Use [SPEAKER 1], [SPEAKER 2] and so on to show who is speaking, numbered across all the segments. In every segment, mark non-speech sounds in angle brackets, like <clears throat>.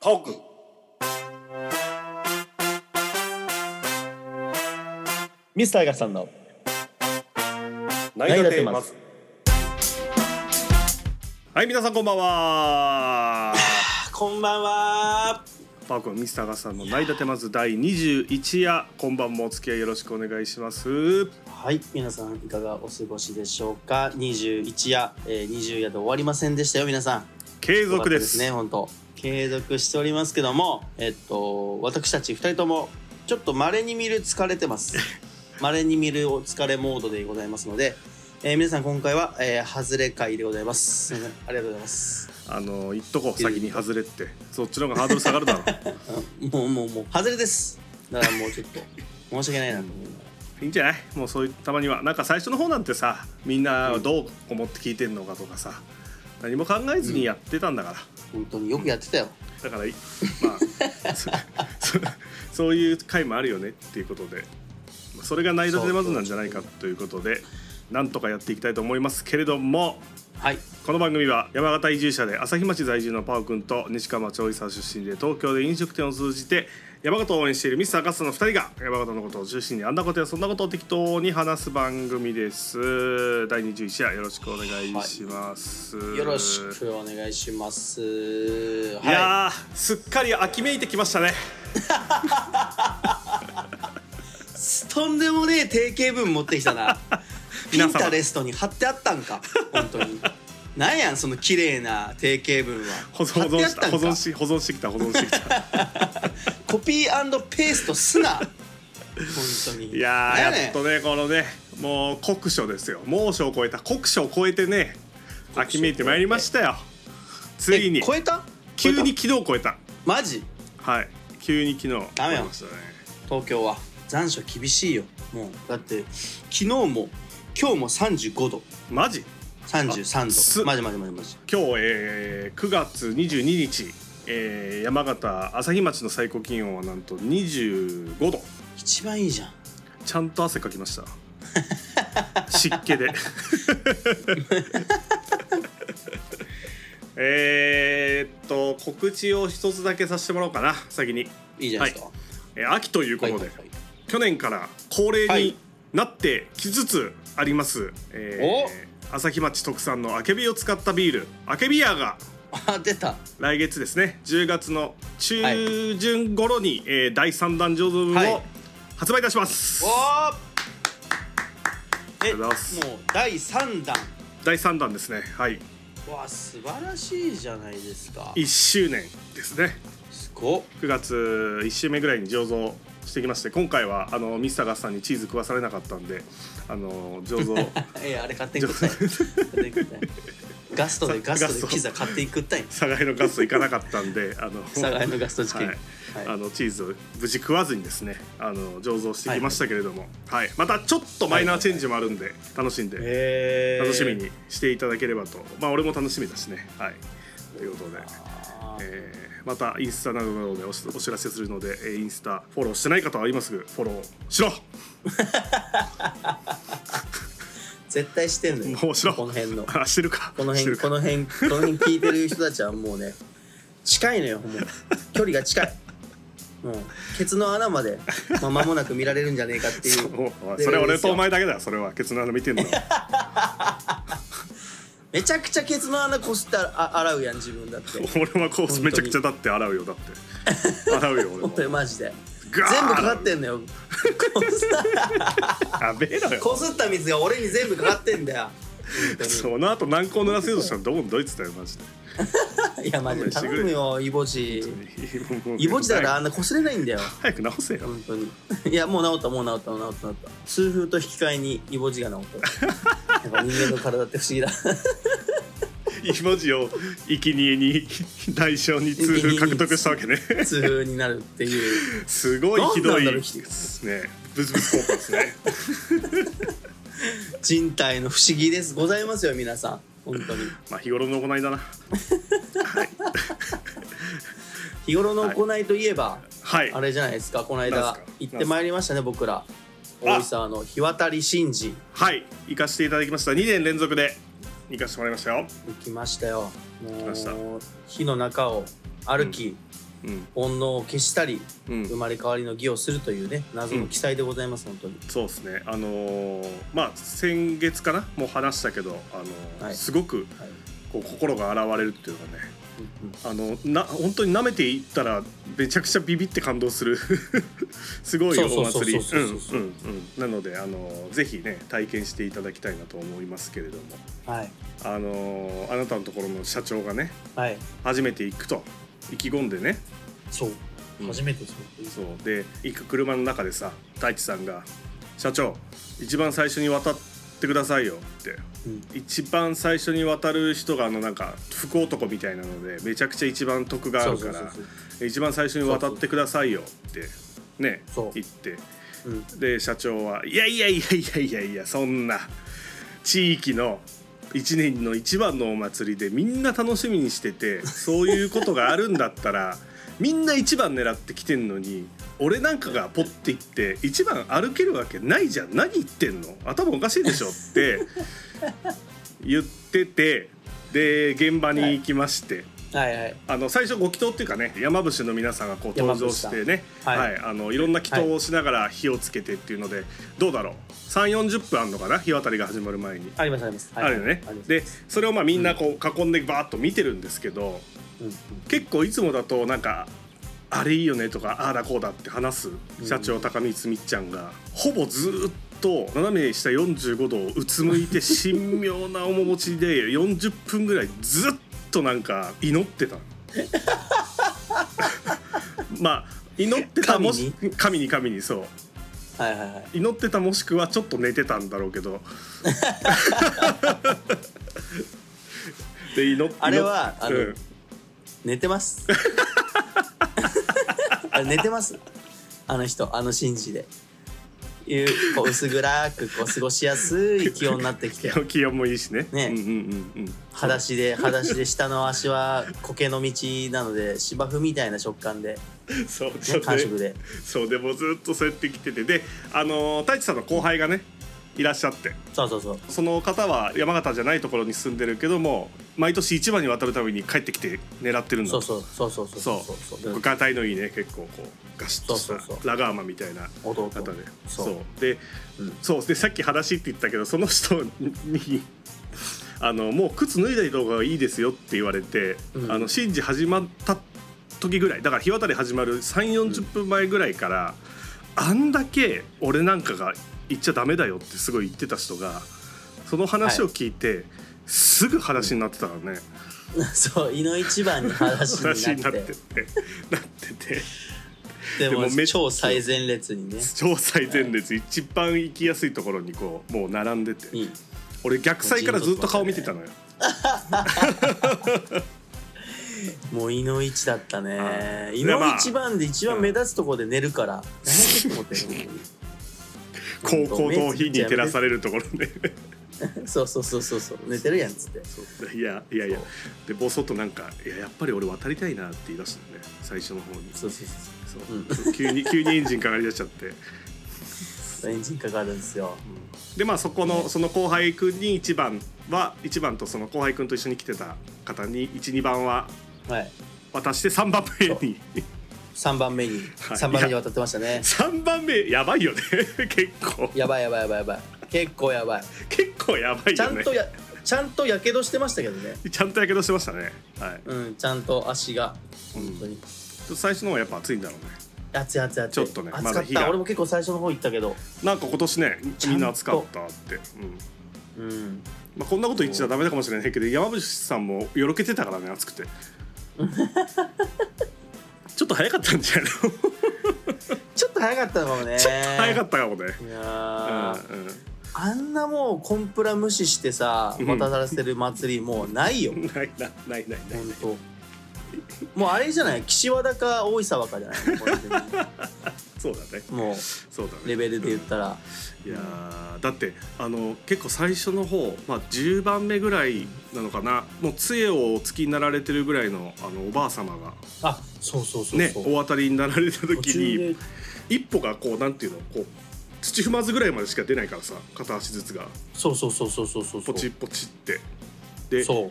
[SPEAKER 1] トーク
[SPEAKER 2] ミスターガさんの
[SPEAKER 1] 何が出ますはい皆さんこんばんは
[SPEAKER 2] こんばんは
[SPEAKER 1] パークミスターガスさんの内立てます第21夜今晩もお付き合いよろしくお願いします
[SPEAKER 2] はい皆さんいかがお過ごしでしょうか21夜、えー、20夜で終わりませんでしたよ皆さん
[SPEAKER 1] 継
[SPEAKER 2] よかっ
[SPEAKER 1] 続
[SPEAKER 2] た
[SPEAKER 1] です
[SPEAKER 2] ね本当継続しておりますけどもえっと私たち2人ともちょっと稀に見る疲れてます <laughs> 稀に見るお疲れモードでございますので、えー皆さん今回は、えー、外れ会でございますすいませんありがとうございます
[SPEAKER 1] あの言っとこう先に外れってそっちの方がハードル下がるだろ
[SPEAKER 2] <laughs> うんもうもうもう外れですだからもうちょっと申し訳ないなと思います
[SPEAKER 1] いいんじゃないもうそういうたまにはなんか最初の方なんてさみんなどう思って聞いてんのかとかさ何も考えずにやってたんだから、
[SPEAKER 2] 本当によくやってたよ、
[SPEAKER 1] だからいまあ <laughs> そそそういう回もあるよねっていうことでまあそれが内立てまずなんじゃないかということでなんとかやっていきたいと思いますけれども
[SPEAKER 2] はい
[SPEAKER 1] この番組は山形移住者で朝日町在住のパオくんと西川町伊沢出身で東京で飲食店を通じて山形を応援しているミスターガスの2人が山形のことを中心にあんなことやそんなことを適当に話す番組です第21夜よろしくお願いします、
[SPEAKER 2] よろしくお願いします。
[SPEAKER 1] い
[SPEAKER 2] は
[SPEAKER 1] やーすっかり秋めいてきましたね
[SPEAKER 2] い。とんでもねえ定型文持ってきたな。
[SPEAKER 1] <laughs>
[SPEAKER 2] ピ
[SPEAKER 1] 皆
[SPEAKER 2] ン
[SPEAKER 1] 様
[SPEAKER 2] タレストに貼ってあったんか。本当に。なんやんその綺麗な定型文は。
[SPEAKER 1] 保存保存
[SPEAKER 2] 貼っ
[SPEAKER 1] して
[SPEAKER 2] あ
[SPEAKER 1] た
[SPEAKER 2] っ
[SPEAKER 1] 保
[SPEAKER 2] たんか
[SPEAKER 1] 存し保存してきた保存してきた
[SPEAKER 2] コピーペーストすな。本当に。
[SPEAKER 1] い
[SPEAKER 2] <laughs>
[SPEAKER 1] や
[SPEAKER 2] なん
[SPEAKER 1] ーやっと
[SPEAKER 2] ね
[SPEAKER 1] ねこのねもう酷暑ですよ猛暑を超えた酷暑を超えてね
[SPEAKER 2] 酷暑を超えて
[SPEAKER 1] 秋めいてまいりましたよついに
[SPEAKER 2] え超えた？
[SPEAKER 1] 急
[SPEAKER 2] 超え
[SPEAKER 1] に昨日超えた
[SPEAKER 2] た。マジ？
[SPEAKER 1] はい急に昨日
[SPEAKER 2] ダメよ
[SPEAKER 1] 超えましたね
[SPEAKER 2] 東京は残暑厳しいよ。もうだって昨日も今日も三十五度、
[SPEAKER 1] マジ
[SPEAKER 2] 三十三
[SPEAKER 1] す
[SPEAKER 2] 度。マジマジマジマジ。
[SPEAKER 1] 今日、えー、9月22日、えー、山形朝日町の最高気温はなんと25度
[SPEAKER 2] 一番いいじゃん。
[SPEAKER 1] ちゃんと汗かきました湿気
[SPEAKER 2] <laughs>
[SPEAKER 1] でえーっと告知を一つだけさせてもらおうかな先に、
[SPEAKER 2] いいじゃないですか。
[SPEAKER 1] えー秋というこ
[SPEAKER 2] はい
[SPEAKER 1] と
[SPEAKER 2] はい
[SPEAKER 1] で、
[SPEAKER 2] はい
[SPEAKER 1] 去年から恒例
[SPEAKER 2] は
[SPEAKER 1] に
[SPEAKER 2] い
[SPEAKER 1] なってきつつあります、えー朝日町特産のあけびを使ったビールあけびヤーが
[SPEAKER 2] あ出た
[SPEAKER 1] 来月ですね10月の中旬頃に、えー第3弾醸造分
[SPEAKER 2] は
[SPEAKER 1] を
[SPEAKER 2] い
[SPEAKER 1] 発売いたします、
[SPEAKER 2] お
[SPEAKER 1] ありがとうご
[SPEAKER 2] ーえ
[SPEAKER 1] ざいます
[SPEAKER 2] もう第三弾
[SPEAKER 1] 第3弾ですねはい
[SPEAKER 2] わあ素晴らしいじゃないですか
[SPEAKER 1] 1周年ですね
[SPEAKER 2] すごっ
[SPEAKER 1] 9月1週目ぐらいに醸造してきまして今回はあのミスターガスさんにチーズ食わされなかったんであの醸造
[SPEAKER 2] えあれ買っていくったい買っていくったいガス
[SPEAKER 1] <laughs>
[SPEAKER 2] トでガストでピザ買っていくったい
[SPEAKER 1] 互いのガスといかなかったん
[SPEAKER 2] <laughs>
[SPEAKER 1] であの
[SPEAKER 2] 互いのガスト事件
[SPEAKER 1] はい
[SPEAKER 2] はい
[SPEAKER 1] あのチーズを無事食わずにですねあの醸造してきましたけれども、はいまたちょっとマイナーチェンジもあるんで楽しんで
[SPEAKER 2] へ
[SPEAKER 1] 楽しみにしていただければと、まあ俺も楽しみだしねはいということで、えーまたインスタなどなどでおしお知らせするのでえーインスタフォローしてない方は今すぐフォローしろ
[SPEAKER 2] 絶対してんのよ
[SPEAKER 1] もうしろ
[SPEAKER 2] この辺の
[SPEAKER 1] あしてるか
[SPEAKER 2] この
[SPEAKER 1] してる
[SPEAKER 2] 辺こ
[SPEAKER 1] か
[SPEAKER 2] の辺この辺聞いてる人たちはもうね近いのよもう距離が近いもうケツの穴まで、まあ、間もなく見られるんじゃねえかって
[SPEAKER 1] <laughs>
[SPEAKER 2] い
[SPEAKER 1] そううおい
[SPEAKER 2] レ
[SPEAKER 1] それ
[SPEAKER 2] ベルで
[SPEAKER 1] 俺
[SPEAKER 2] すよ
[SPEAKER 1] とお前だけだよそれはケツの穴見てんの
[SPEAKER 2] めちゃくちゃケツの穴こすってあ洗うやん自分だって
[SPEAKER 1] 俺はこ
[SPEAKER 2] 当
[SPEAKER 1] う
[SPEAKER 2] に
[SPEAKER 1] めちゃくちゃだって洗うよだって洗うよ俺
[SPEAKER 2] 本
[SPEAKER 1] も
[SPEAKER 2] 当に <laughs> マジで
[SPEAKER 1] ガー
[SPEAKER 2] 全部かかってんのよこす
[SPEAKER 1] やべえのよ
[SPEAKER 2] こすった水が俺に全部かかってんだよ
[SPEAKER 1] その後軟膏濡らせようとしたらどうもドイツだよマジで
[SPEAKER 2] いやマジで頼むよイボジ
[SPEAKER 1] もう
[SPEAKER 2] イボジだからあんなこすれないんだよ
[SPEAKER 1] 早く直せよ
[SPEAKER 2] 本当に <laughs> いやもう治ったもう治ったもう治った治った痛風と引き換えにイボジが治
[SPEAKER 1] <laughs>
[SPEAKER 2] ったなんか人間の体って不思議だ <laughs>
[SPEAKER 1] イボジを生贄に代償に痛風獲得したわけね
[SPEAKER 2] 痛風になるっていう
[SPEAKER 1] すごいひどい
[SPEAKER 2] なんなんだろう
[SPEAKER 1] ねブツブツ効果ですね
[SPEAKER 2] 人体の不思議ですございますよ皆さん本当に
[SPEAKER 1] まあ日頃の行いだな
[SPEAKER 2] 日頃の行いといえば、
[SPEAKER 1] はい
[SPEAKER 2] あれじゃないですかこの
[SPEAKER 1] なん
[SPEAKER 2] 間
[SPEAKER 1] すか
[SPEAKER 2] 行ってまいりましたね僕ら
[SPEAKER 1] あ
[SPEAKER 2] 大井沢の日渡り神事
[SPEAKER 1] はい行かせていただきました2年連続で行かせてもらいましたよ
[SPEAKER 2] 行きましたよ
[SPEAKER 1] きました
[SPEAKER 2] もう火の中を歩き、
[SPEAKER 1] うん
[SPEAKER 2] 煩悩を消したり
[SPEAKER 1] うん
[SPEAKER 2] 生まれ変わりの儀をするというね謎の記載でございます、本
[SPEAKER 1] そうですねあのーまあ先月かなもう話したけど、あのー
[SPEAKER 2] はい
[SPEAKER 1] すごく
[SPEAKER 2] 当に、はい
[SPEAKER 1] こう心が洗われるっていうかね
[SPEAKER 2] うんうん
[SPEAKER 1] あのな本当に舐めていったらめちゃくちゃビビって感動する <laughs> すごい
[SPEAKER 2] そうそ
[SPEAKER 1] お
[SPEAKER 2] うそう
[SPEAKER 1] 祭り
[SPEAKER 2] そう
[SPEAKER 1] う
[SPEAKER 2] そ
[SPEAKER 1] ん
[SPEAKER 2] うそう
[SPEAKER 1] うんうんなのであのぜひね体験していただきたいなと思いますけれども
[SPEAKER 2] はい
[SPEAKER 1] あのあなたのところの社長がね
[SPEAKER 2] はい
[SPEAKER 1] 初めて行くと意気込んでね
[SPEAKER 2] そう、
[SPEAKER 1] うん
[SPEAKER 2] 初めてそう
[SPEAKER 1] そうで行く車の中でさ太一さんが「社長一番最初に渡ってくださいよ」って
[SPEAKER 2] うん
[SPEAKER 1] 一番最初に渡る人があのなんか福男みたいなのでめちゃくちゃ一番得があ
[SPEAKER 2] そう
[SPEAKER 1] る
[SPEAKER 2] そ
[SPEAKER 1] か
[SPEAKER 2] うそう
[SPEAKER 1] ら。一番最初に渡ってくださいよってね
[SPEAKER 2] そう
[SPEAKER 1] 言って
[SPEAKER 2] そう、うん、
[SPEAKER 1] で社長はいやいやいやいやいやいやそんな地域の一年の一番のお祭りでみんな楽しみにしててそういうことがあるんだったら <laughs> みんな一番狙ってきてんのに俺なんかがポッて行って一番歩けるわけないじゃん何言ってんの頭おかしいでしょって言っててで現場に行きまして。
[SPEAKER 2] はいはい
[SPEAKER 1] あの最初ご祈祷っていうかね山伏の皆さんがこう登場してねは
[SPEAKER 2] 山
[SPEAKER 1] い、
[SPEAKER 2] 伏さん
[SPEAKER 1] あのいろんな祈祷をしながら火をつけてっていうので、どうだろう3 4 0分あんのかな火渡りが始まる前に、
[SPEAKER 2] ありますあります、はい
[SPEAKER 1] あるよね
[SPEAKER 2] あります
[SPEAKER 1] でそれをまあみんなこう囲んでバーッと見てるんですけど
[SPEAKER 2] うんうん
[SPEAKER 1] 結構いつもだとなんかあれいいよねとかああだこうだって話す社長高見みっちゃんがほぼずーっと斜め下45度をうつむいて神妙な面持ちで40分ぐらいずっとなんか祈って
[SPEAKER 2] <laughs>
[SPEAKER 1] たのまあ祈ってたもし神に神にそう
[SPEAKER 2] はいはいはい
[SPEAKER 1] 祈ってたもしくはちょっと寝てたんだろうけ
[SPEAKER 2] <laughs>
[SPEAKER 1] ど <laughs> で祈っ
[SPEAKER 2] あれは
[SPEAKER 1] 祈っ
[SPEAKER 2] あの
[SPEAKER 1] うん
[SPEAKER 2] 寝てます
[SPEAKER 1] <laughs>
[SPEAKER 2] あれ寝てますあの人あの神事でいうこう薄暗くこう過ごしやすい気温になって
[SPEAKER 1] <laughs>
[SPEAKER 2] きて
[SPEAKER 1] 気温もいいしね。
[SPEAKER 2] ね
[SPEAKER 1] うんうんうんうん。
[SPEAKER 2] 裸足で裸足で下の足は苔の道なので芝生みたいな食感で、
[SPEAKER 1] そうそ
[SPEAKER 2] ね、
[SPEAKER 1] う
[SPEAKER 2] 感触
[SPEAKER 1] で。
[SPEAKER 2] で
[SPEAKER 1] そうでもうずっとそうやって来ててで、あのー太一さんの後輩がねいらっしゃって、
[SPEAKER 2] そうそうそう
[SPEAKER 1] その方は山形じゃないところに住んでるけども、毎年一番に渡るために帰ってきて狙ってるんだ
[SPEAKER 2] そ
[SPEAKER 1] と。
[SPEAKER 2] うそうそうそうそう
[SPEAKER 1] そう
[SPEAKER 2] そう
[SPEAKER 1] そ。
[SPEAKER 2] そうう
[SPEAKER 1] ガタイのいいね結構こうガシッとした
[SPEAKER 2] そうそうそう
[SPEAKER 1] ラガーマンみたいな
[SPEAKER 2] 弟
[SPEAKER 1] 方で。
[SPEAKER 2] そう
[SPEAKER 1] そうで、
[SPEAKER 2] うん
[SPEAKER 1] そうでさっき話って言ったけどその人に。 <laughs> あのもう靴脱いだりとかがいいですよって言われて、
[SPEAKER 2] うん
[SPEAKER 1] あの神事始まった時ぐらいだから日渡り始まる3 4 0分前ぐらいから、あんだけ俺なんかが言っちゃダメだよってすごい言ってた人がその話を聞いて、すぐ話になってたのね、
[SPEAKER 2] <laughs> そう胃の一番に裸足
[SPEAKER 1] 話に
[SPEAKER 2] に
[SPEAKER 1] な
[SPEAKER 2] な
[SPEAKER 1] っ
[SPEAKER 2] って
[SPEAKER 1] っ
[SPEAKER 2] て
[SPEAKER 1] て <laughs> なってて
[SPEAKER 2] でも
[SPEAKER 1] でもめ
[SPEAKER 2] 超最前列にね
[SPEAKER 1] 超最前列一番行きやすいところにこうもう並んでて
[SPEAKER 2] に
[SPEAKER 1] 俺逆サイからずっと顔見てたのよ。
[SPEAKER 2] もう胃の一だったね
[SPEAKER 1] うん
[SPEAKER 2] 胃の一番で一番目立つところで寝るから、何やってんのって
[SPEAKER 1] 高校の日に照らされるところね
[SPEAKER 2] <laughs> そうそうそうそうそう寝てるやんっつって
[SPEAKER 1] そう <laughs> いやいやいやでボソッとなんか「いややっぱり俺渡りたいな」って言い出したのね最初の方に
[SPEAKER 2] そうそうそう
[SPEAKER 1] そう、
[SPEAKER 2] うん
[SPEAKER 1] そう急に <laughs> 急にエンジンかかりだしちゃって、うん
[SPEAKER 2] そうエンジンかかるんですよ
[SPEAKER 1] でまあそこのその後輩くんに1番は1番とその後輩くんと一緒に来てた方に12番は
[SPEAKER 2] はい
[SPEAKER 1] 渡して3番目に
[SPEAKER 2] 3番目に
[SPEAKER 1] はい
[SPEAKER 2] 3番目に渡ってましたね
[SPEAKER 1] 3番目やばいよね <laughs> 結構
[SPEAKER 2] やばいやばいやばいやばい結構やばい
[SPEAKER 1] 結構やばい
[SPEAKER 2] ちゃ
[SPEAKER 1] よ
[SPEAKER 2] ん
[SPEAKER 1] ね
[SPEAKER 2] とやちゃんとやけどしてましたけどね
[SPEAKER 1] ちゃんとやけどしてましたねはい
[SPEAKER 2] うんちゃんと足が本当に、
[SPEAKER 1] ちょっと最初の方がやっぱ暑いんだろうね
[SPEAKER 2] 熱い熱い熱い
[SPEAKER 1] ちょっとねま
[SPEAKER 2] 暑
[SPEAKER 1] だ
[SPEAKER 2] かっ
[SPEAKER 1] 火
[SPEAKER 2] た、
[SPEAKER 1] が
[SPEAKER 2] 俺も結構最初の方行ったけど
[SPEAKER 1] なんか今年ね
[SPEAKER 2] ちゃん
[SPEAKER 1] み
[SPEAKER 2] と
[SPEAKER 1] んな暑かったって、うん
[SPEAKER 2] うん
[SPEAKER 1] まあ、こんなこと言っちゃダメだかもしれないけど山伏さんもよろけてたからね暑く
[SPEAKER 2] <laughs>
[SPEAKER 1] てちょっと早かったんじゃないの
[SPEAKER 2] ちょっと早かったのかもね
[SPEAKER 1] ちょっと早かったかもね、
[SPEAKER 2] いや
[SPEAKER 1] うん
[SPEAKER 2] ー、
[SPEAKER 1] う
[SPEAKER 2] あんなもうコンプラ無視してさ
[SPEAKER 1] うん
[SPEAKER 2] 渡らせる祭りもうないよ
[SPEAKER 1] ん、ないなないないない
[SPEAKER 2] 本当もうあれじゃない岸和田か大井沢かじゃ <laughs> ないもう完全に
[SPEAKER 1] そうだね
[SPEAKER 2] も
[SPEAKER 1] そうだね
[SPEAKER 2] うレベルで言ったら、
[SPEAKER 1] いやーだってあの結構最初の方、まあ、10番目ぐらいなのかなもう杖をおつきになられてるぐらいのあのおばあ様が
[SPEAKER 2] あそうそうそうそう、
[SPEAKER 1] ねお渡りになられた
[SPEAKER 2] 途
[SPEAKER 1] 時
[SPEAKER 2] 中
[SPEAKER 1] に
[SPEAKER 2] で
[SPEAKER 1] 一歩がこうなんていうのこう土踏まずぐらいまでしか出ないからさ片足ずつが
[SPEAKER 2] そうそうそうそうそうそう
[SPEAKER 1] ポチッポチってで
[SPEAKER 2] そ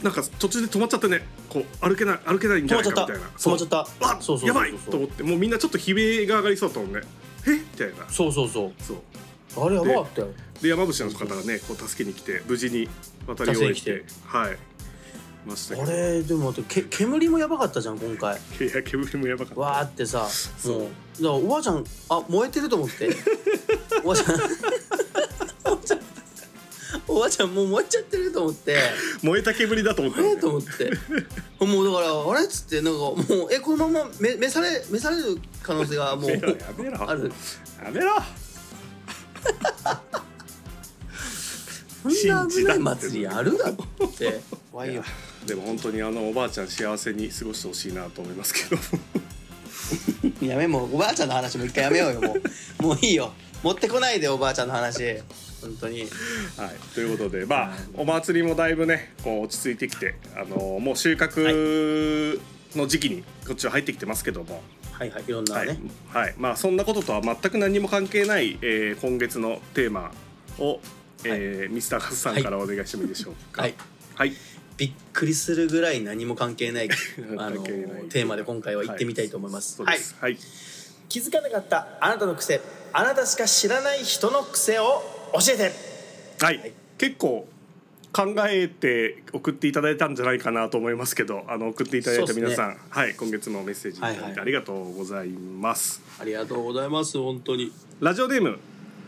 [SPEAKER 2] う
[SPEAKER 1] なんか途中で止まっちゃってねこう歩けない歩けないんじ
[SPEAKER 2] 止
[SPEAKER 1] ゃ
[SPEAKER 2] まっ
[SPEAKER 1] ない
[SPEAKER 2] ちゃ
[SPEAKER 1] か
[SPEAKER 2] った
[SPEAKER 1] みたいな
[SPEAKER 2] 止まっちゃった
[SPEAKER 1] わ
[SPEAKER 2] そうそうそうそう
[SPEAKER 1] やばいと思ってもうみんなちょっと悲鳴が上がりそうだったもんねえみたいな
[SPEAKER 2] そうそうそ
[SPEAKER 1] そう
[SPEAKER 2] うあれやばかったよ
[SPEAKER 1] で山伏の方がねこう助けに来て無事に渡り終えて
[SPEAKER 2] 助けに
[SPEAKER 1] はいました
[SPEAKER 2] あ
[SPEAKER 1] け
[SPEAKER 2] れでも待ってけ煙もやばかったじゃん今回
[SPEAKER 1] どいや煙もやばかった
[SPEAKER 2] わーってさ
[SPEAKER 1] そう
[SPEAKER 2] もうだからおばあちゃんあ燃えてると思って
[SPEAKER 1] <laughs>
[SPEAKER 2] おばあちゃん <laughs> おばあちゃんおばあちゃんもう燃えちゃってると思って
[SPEAKER 1] 燃えた煙だと思った
[SPEAKER 2] え
[SPEAKER 1] ん
[SPEAKER 2] ーと思ってもうだからあれっつってなんかもうえこのままめ召され召される可能
[SPEAKER 1] <laughs>
[SPEAKER 2] 性がもう
[SPEAKER 1] やめろ
[SPEAKER 2] あ
[SPEAKER 1] やめろ
[SPEAKER 2] る
[SPEAKER 1] やめろ
[SPEAKER 2] そんな危ない祭りあるだろって怖いよ
[SPEAKER 1] でも本当にあのおばあちゃん幸せに過ごしてほしいなと思いますけど
[SPEAKER 2] <laughs> やめもうおばあちゃんの話も一回やめようよも
[SPEAKER 1] <laughs>
[SPEAKER 2] うもういいよ持ってこないでおばあちゃんの話本当に
[SPEAKER 1] はいということでまあお祭りもだいぶねこう落ち着いてきてあのもう収穫の時期にこっちは入ってきてますけども、
[SPEAKER 2] はいはいいろんな
[SPEAKER 1] はい
[SPEAKER 2] ね、
[SPEAKER 1] はい、まあそんなこととは全く何にも関係ない、えー今月のテーマを、えーミスターカズさんからお願いしてもいいでしょうか。
[SPEAKER 2] はい、
[SPEAKER 1] はい、
[SPEAKER 2] びっくりするぐらい何も <laughs> 関係ないあの
[SPEAKER 1] 関係ない
[SPEAKER 2] テーマで今回は行ってみたいと思います,、
[SPEAKER 1] そうです。はい、
[SPEAKER 2] 気づかなかったあなたの癖あなたしか知らない人の癖を教えて
[SPEAKER 1] はい、
[SPEAKER 2] はい
[SPEAKER 1] 結構考えて送っていただいたんじゃないかなと思いますけど、あの送っていただいた皆さん、はい、今月もメッセージいただ
[SPEAKER 2] はい
[SPEAKER 1] て
[SPEAKER 2] いはい
[SPEAKER 1] ありがとうございます。
[SPEAKER 2] ありがとうご <laughs> ざいます本当に
[SPEAKER 1] ラジオネーム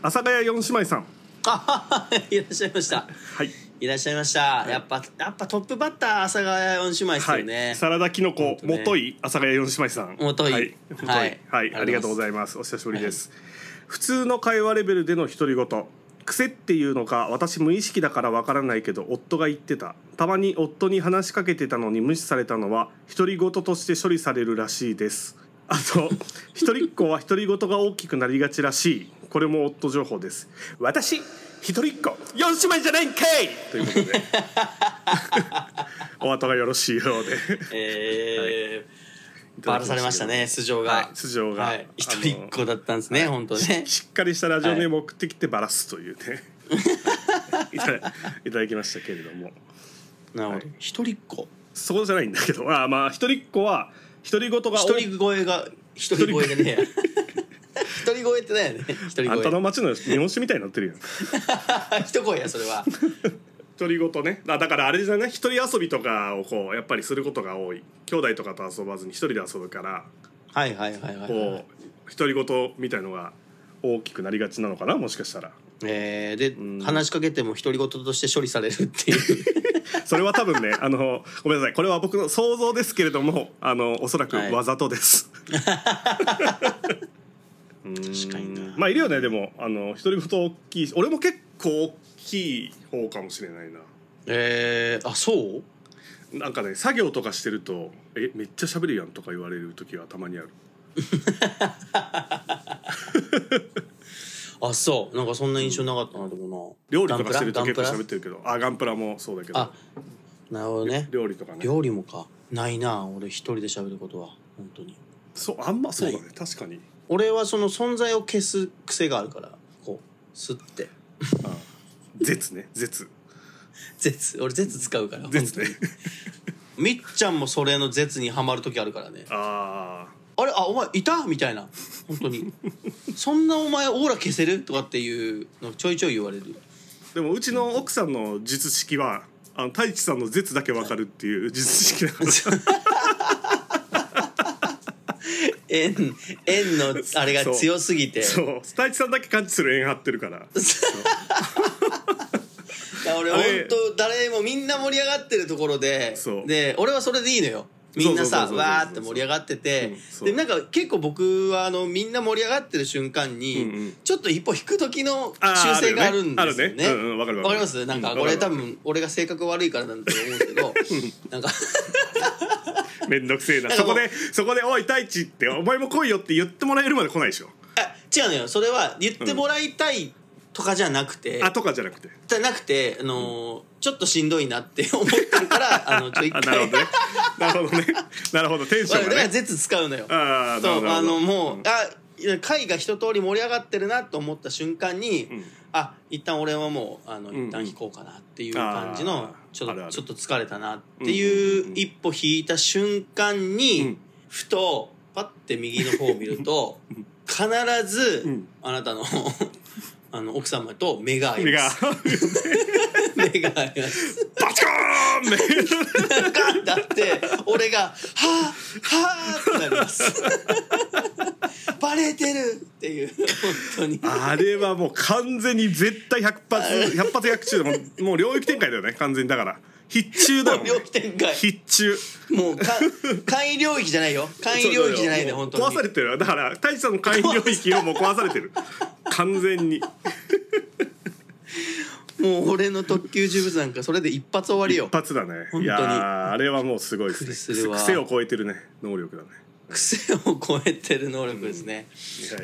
[SPEAKER 1] 阿佐ヶ谷四姉妹さん、
[SPEAKER 2] あいらっしゃいました
[SPEAKER 1] はい、
[SPEAKER 2] いらっしゃいました、やっぱやっぱトップバッター阿佐ヶ谷四姉妹です
[SPEAKER 1] は
[SPEAKER 2] よ
[SPEAKER 1] い、
[SPEAKER 2] ね、
[SPEAKER 1] サラダキノ
[SPEAKER 2] ほ
[SPEAKER 1] コ
[SPEAKER 2] んとね
[SPEAKER 1] もとい阿佐ヶ谷四姉妹さん、
[SPEAKER 2] 元井
[SPEAKER 1] はい、元井
[SPEAKER 2] は
[SPEAKER 1] はい
[SPEAKER 2] い、
[SPEAKER 1] ありがとうございます。お久しぶりです。普通の会話レベルでの独り言。癖っていうのか私無意識だからわからないけど夫が言ってたたまに夫に話しかけてたのに無視されたのは独り言として処理されるらしいですあと一人っ子は独り言が大きくなりがちらしいこれも夫情報です私一人っ子四姉妹じゃないんかいということ <laughs> でお後がよろしいようで
[SPEAKER 2] えー
[SPEAKER 1] いただ
[SPEAKER 2] バラ
[SPEAKER 1] き
[SPEAKER 2] されましたね素性が、
[SPEAKER 1] はい素性が
[SPEAKER 2] はい一人っ子だったんですね、本当ね
[SPEAKER 1] <laughs> しっかりしたラジオネームを送ってきてバラすというね、 <laughs> いただ、いただきましたけれども
[SPEAKER 2] なるほ
[SPEAKER 1] は
[SPEAKER 2] ど一人っ子
[SPEAKER 1] そこじゃないんだけどあまあ一人っ子は独り言が
[SPEAKER 2] 一
[SPEAKER 1] 多い
[SPEAKER 2] 人声が一人声でね一人声ってだよね一人
[SPEAKER 1] あんたの
[SPEAKER 2] 声
[SPEAKER 1] 町の日本酒みたいになってるやん
[SPEAKER 2] <laughs> 一声やそれは
[SPEAKER 1] 独り言ねあだからあれじゃない一人遊びとかをこうやっぱりすることが多い兄弟とかと遊ばずに一人で遊ぶから
[SPEAKER 2] はいはいはいはい、
[SPEAKER 1] こう独り言みたいのが大きくなりがちなのかなもしかしたら
[SPEAKER 2] えーで、
[SPEAKER 1] ん
[SPEAKER 2] 話しかけても独り言として処理されるっていう
[SPEAKER 1] それは多分ねあのごめんなさいこれは僕の想像ですけれどもあのおそらく
[SPEAKER 2] はい
[SPEAKER 1] わざとです、うーん
[SPEAKER 2] <laughs> 確かにな
[SPEAKER 1] まあいるよねでもあの独り言大きい俺も結構大きい方かもしれないな
[SPEAKER 2] えー、あそう
[SPEAKER 1] なんかね作業とかしてると「えめっちゃ喋るやん」とか言われる時がたまにある
[SPEAKER 2] あそうなんかそんな印象なかったなでもな
[SPEAKER 1] 料理とかしてると
[SPEAKER 2] ガン
[SPEAKER 1] 結
[SPEAKER 2] プ
[SPEAKER 1] 構
[SPEAKER 2] ラ
[SPEAKER 1] 喋ってるけどあガンプラもそうだけど
[SPEAKER 2] あなるほどね
[SPEAKER 1] 料理とかね
[SPEAKER 2] 料理もかないな俺一人で喋ることは本当に
[SPEAKER 1] そうあんまそうだね確かに
[SPEAKER 2] 俺はその存在を消す癖があるからこうすって
[SPEAKER 1] あ絶ね絶
[SPEAKER 2] 絶俺絶使うから
[SPEAKER 1] 絶ね <laughs>
[SPEAKER 2] 本当にみっちゃんもそれの絶にはまる時あるからね
[SPEAKER 1] ああ
[SPEAKER 2] あれあお前いたみたいな本当にそんなお前オーラ消せるとかっていうのちょいちょい言われる
[SPEAKER 1] でもうちの奥さんの術式はあの太一さんの絶だけわかるっていう術式 <laughs> だから
[SPEAKER 2] 円円のあれが強すぎて
[SPEAKER 1] そう太一さんだけ感知する縁張ってるから
[SPEAKER 2] いや俺
[SPEAKER 1] あ
[SPEAKER 2] 本
[SPEAKER 1] れ
[SPEAKER 2] 当誰もみんな盛り上がってるところで
[SPEAKER 1] そう
[SPEAKER 2] で俺はそれでいいのよみんなさ
[SPEAKER 1] そうそうそうそうそう
[SPEAKER 2] わーって盛り上がって
[SPEAKER 1] う
[SPEAKER 2] て
[SPEAKER 1] んそう
[SPEAKER 2] でなんか結構僕はあのみんな盛り上がってる瞬間に、
[SPEAKER 1] うんうん
[SPEAKER 2] ちょっと一歩引く時の
[SPEAKER 1] あー
[SPEAKER 2] 修正があるんですよね。
[SPEAKER 1] あるねうんうんわかるわかる
[SPEAKER 2] わかりますなんか
[SPEAKER 1] うん
[SPEAKER 2] こ
[SPEAKER 1] わか
[SPEAKER 2] れ
[SPEAKER 1] るわか
[SPEAKER 2] 多
[SPEAKER 1] る
[SPEAKER 2] 分俺が性格悪いからなんだと思うんですけどなんか
[SPEAKER 1] <laughs> めんどくせえな
[SPEAKER 2] なん
[SPEAKER 1] そ
[SPEAKER 2] かも
[SPEAKER 1] こ
[SPEAKER 2] う
[SPEAKER 1] でそこで「おい太一」って「お前も来いよ」って言ってもらえるまで来ないでしょ
[SPEAKER 2] あ違うのよそれは言ってもらいたいとかじゃなくて。
[SPEAKER 1] あとかじゃなくて
[SPEAKER 2] じゃなくて、あのーちょっとしんどいなって思ってるから、あの、ちょ、
[SPEAKER 1] <laughs>
[SPEAKER 2] 一
[SPEAKER 1] あ
[SPEAKER 2] 回。
[SPEAKER 1] なるほどねなるほどねなるほどテンション
[SPEAKER 2] だか
[SPEAKER 1] が
[SPEAKER 2] ら
[SPEAKER 1] ね
[SPEAKER 2] 絶使うのよ。
[SPEAKER 1] ああなる
[SPEAKER 2] そ
[SPEAKER 1] ほ
[SPEAKER 2] う
[SPEAKER 1] ど
[SPEAKER 2] あのもう、あ会が一通り盛り上がってるなと思った瞬間に、
[SPEAKER 1] うん
[SPEAKER 2] あ一旦俺はもうあの
[SPEAKER 1] うんうん
[SPEAKER 2] 一旦引こうかなっていう感じの、
[SPEAKER 1] あー
[SPEAKER 2] ちょっと
[SPEAKER 1] あるある
[SPEAKER 2] ちょっと疲れたなって
[SPEAKER 1] うんうん
[SPEAKER 2] いううん一歩引いた瞬間に、
[SPEAKER 1] うん
[SPEAKER 2] ふとパッて右の方を見ると必ず、
[SPEAKER 1] うん
[SPEAKER 2] あなたの <laughs> あの奥様と目が合い
[SPEAKER 1] 目
[SPEAKER 2] ま
[SPEAKER 1] が
[SPEAKER 2] す <laughs> 目が合います
[SPEAKER 1] バチコーン
[SPEAKER 2] ガンってあって俺が「はあはあ」ってなりますバレてるっていう本当に
[SPEAKER 1] <laughs> あれはもう完全に絶対100発100発100中だも <laughs> うもう領域展開だよね完全にだから必中だもん、ね
[SPEAKER 2] 領、域展開
[SPEAKER 1] 必中
[SPEAKER 2] もうか簡易領域じゃないよ簡易領域じゃないね
[SPEAKER 1] そう
[SPEAKER 2] 本
[SPEAKER 1] だよ
[SPEAKER 2] 当
[SPEAKER 1] もう壊さ
[SPEAKER 2] に
[SPEAKER 1] れてるよだから太一さんの会員領域をもう壊されてる完全に
[SPEAKER 2] もう俺の特級呪物なんかそれで一発終わりよ
[SPEAKER 1] 一発だね
[SPEAKER 2] 当に
[SPEAKER 1] いやーあれはもうすごいで
[SPEAKER 2] びっ
[SPEAKER 1] す
[SPEAKER 2] くりす
[SPEAKER 1] ね
[SPEAKER 2] るわ
[SPEAKER 1] 癖を超えてるね能力だね
[SPEAKER 2] 癖を超えてる能力ですね、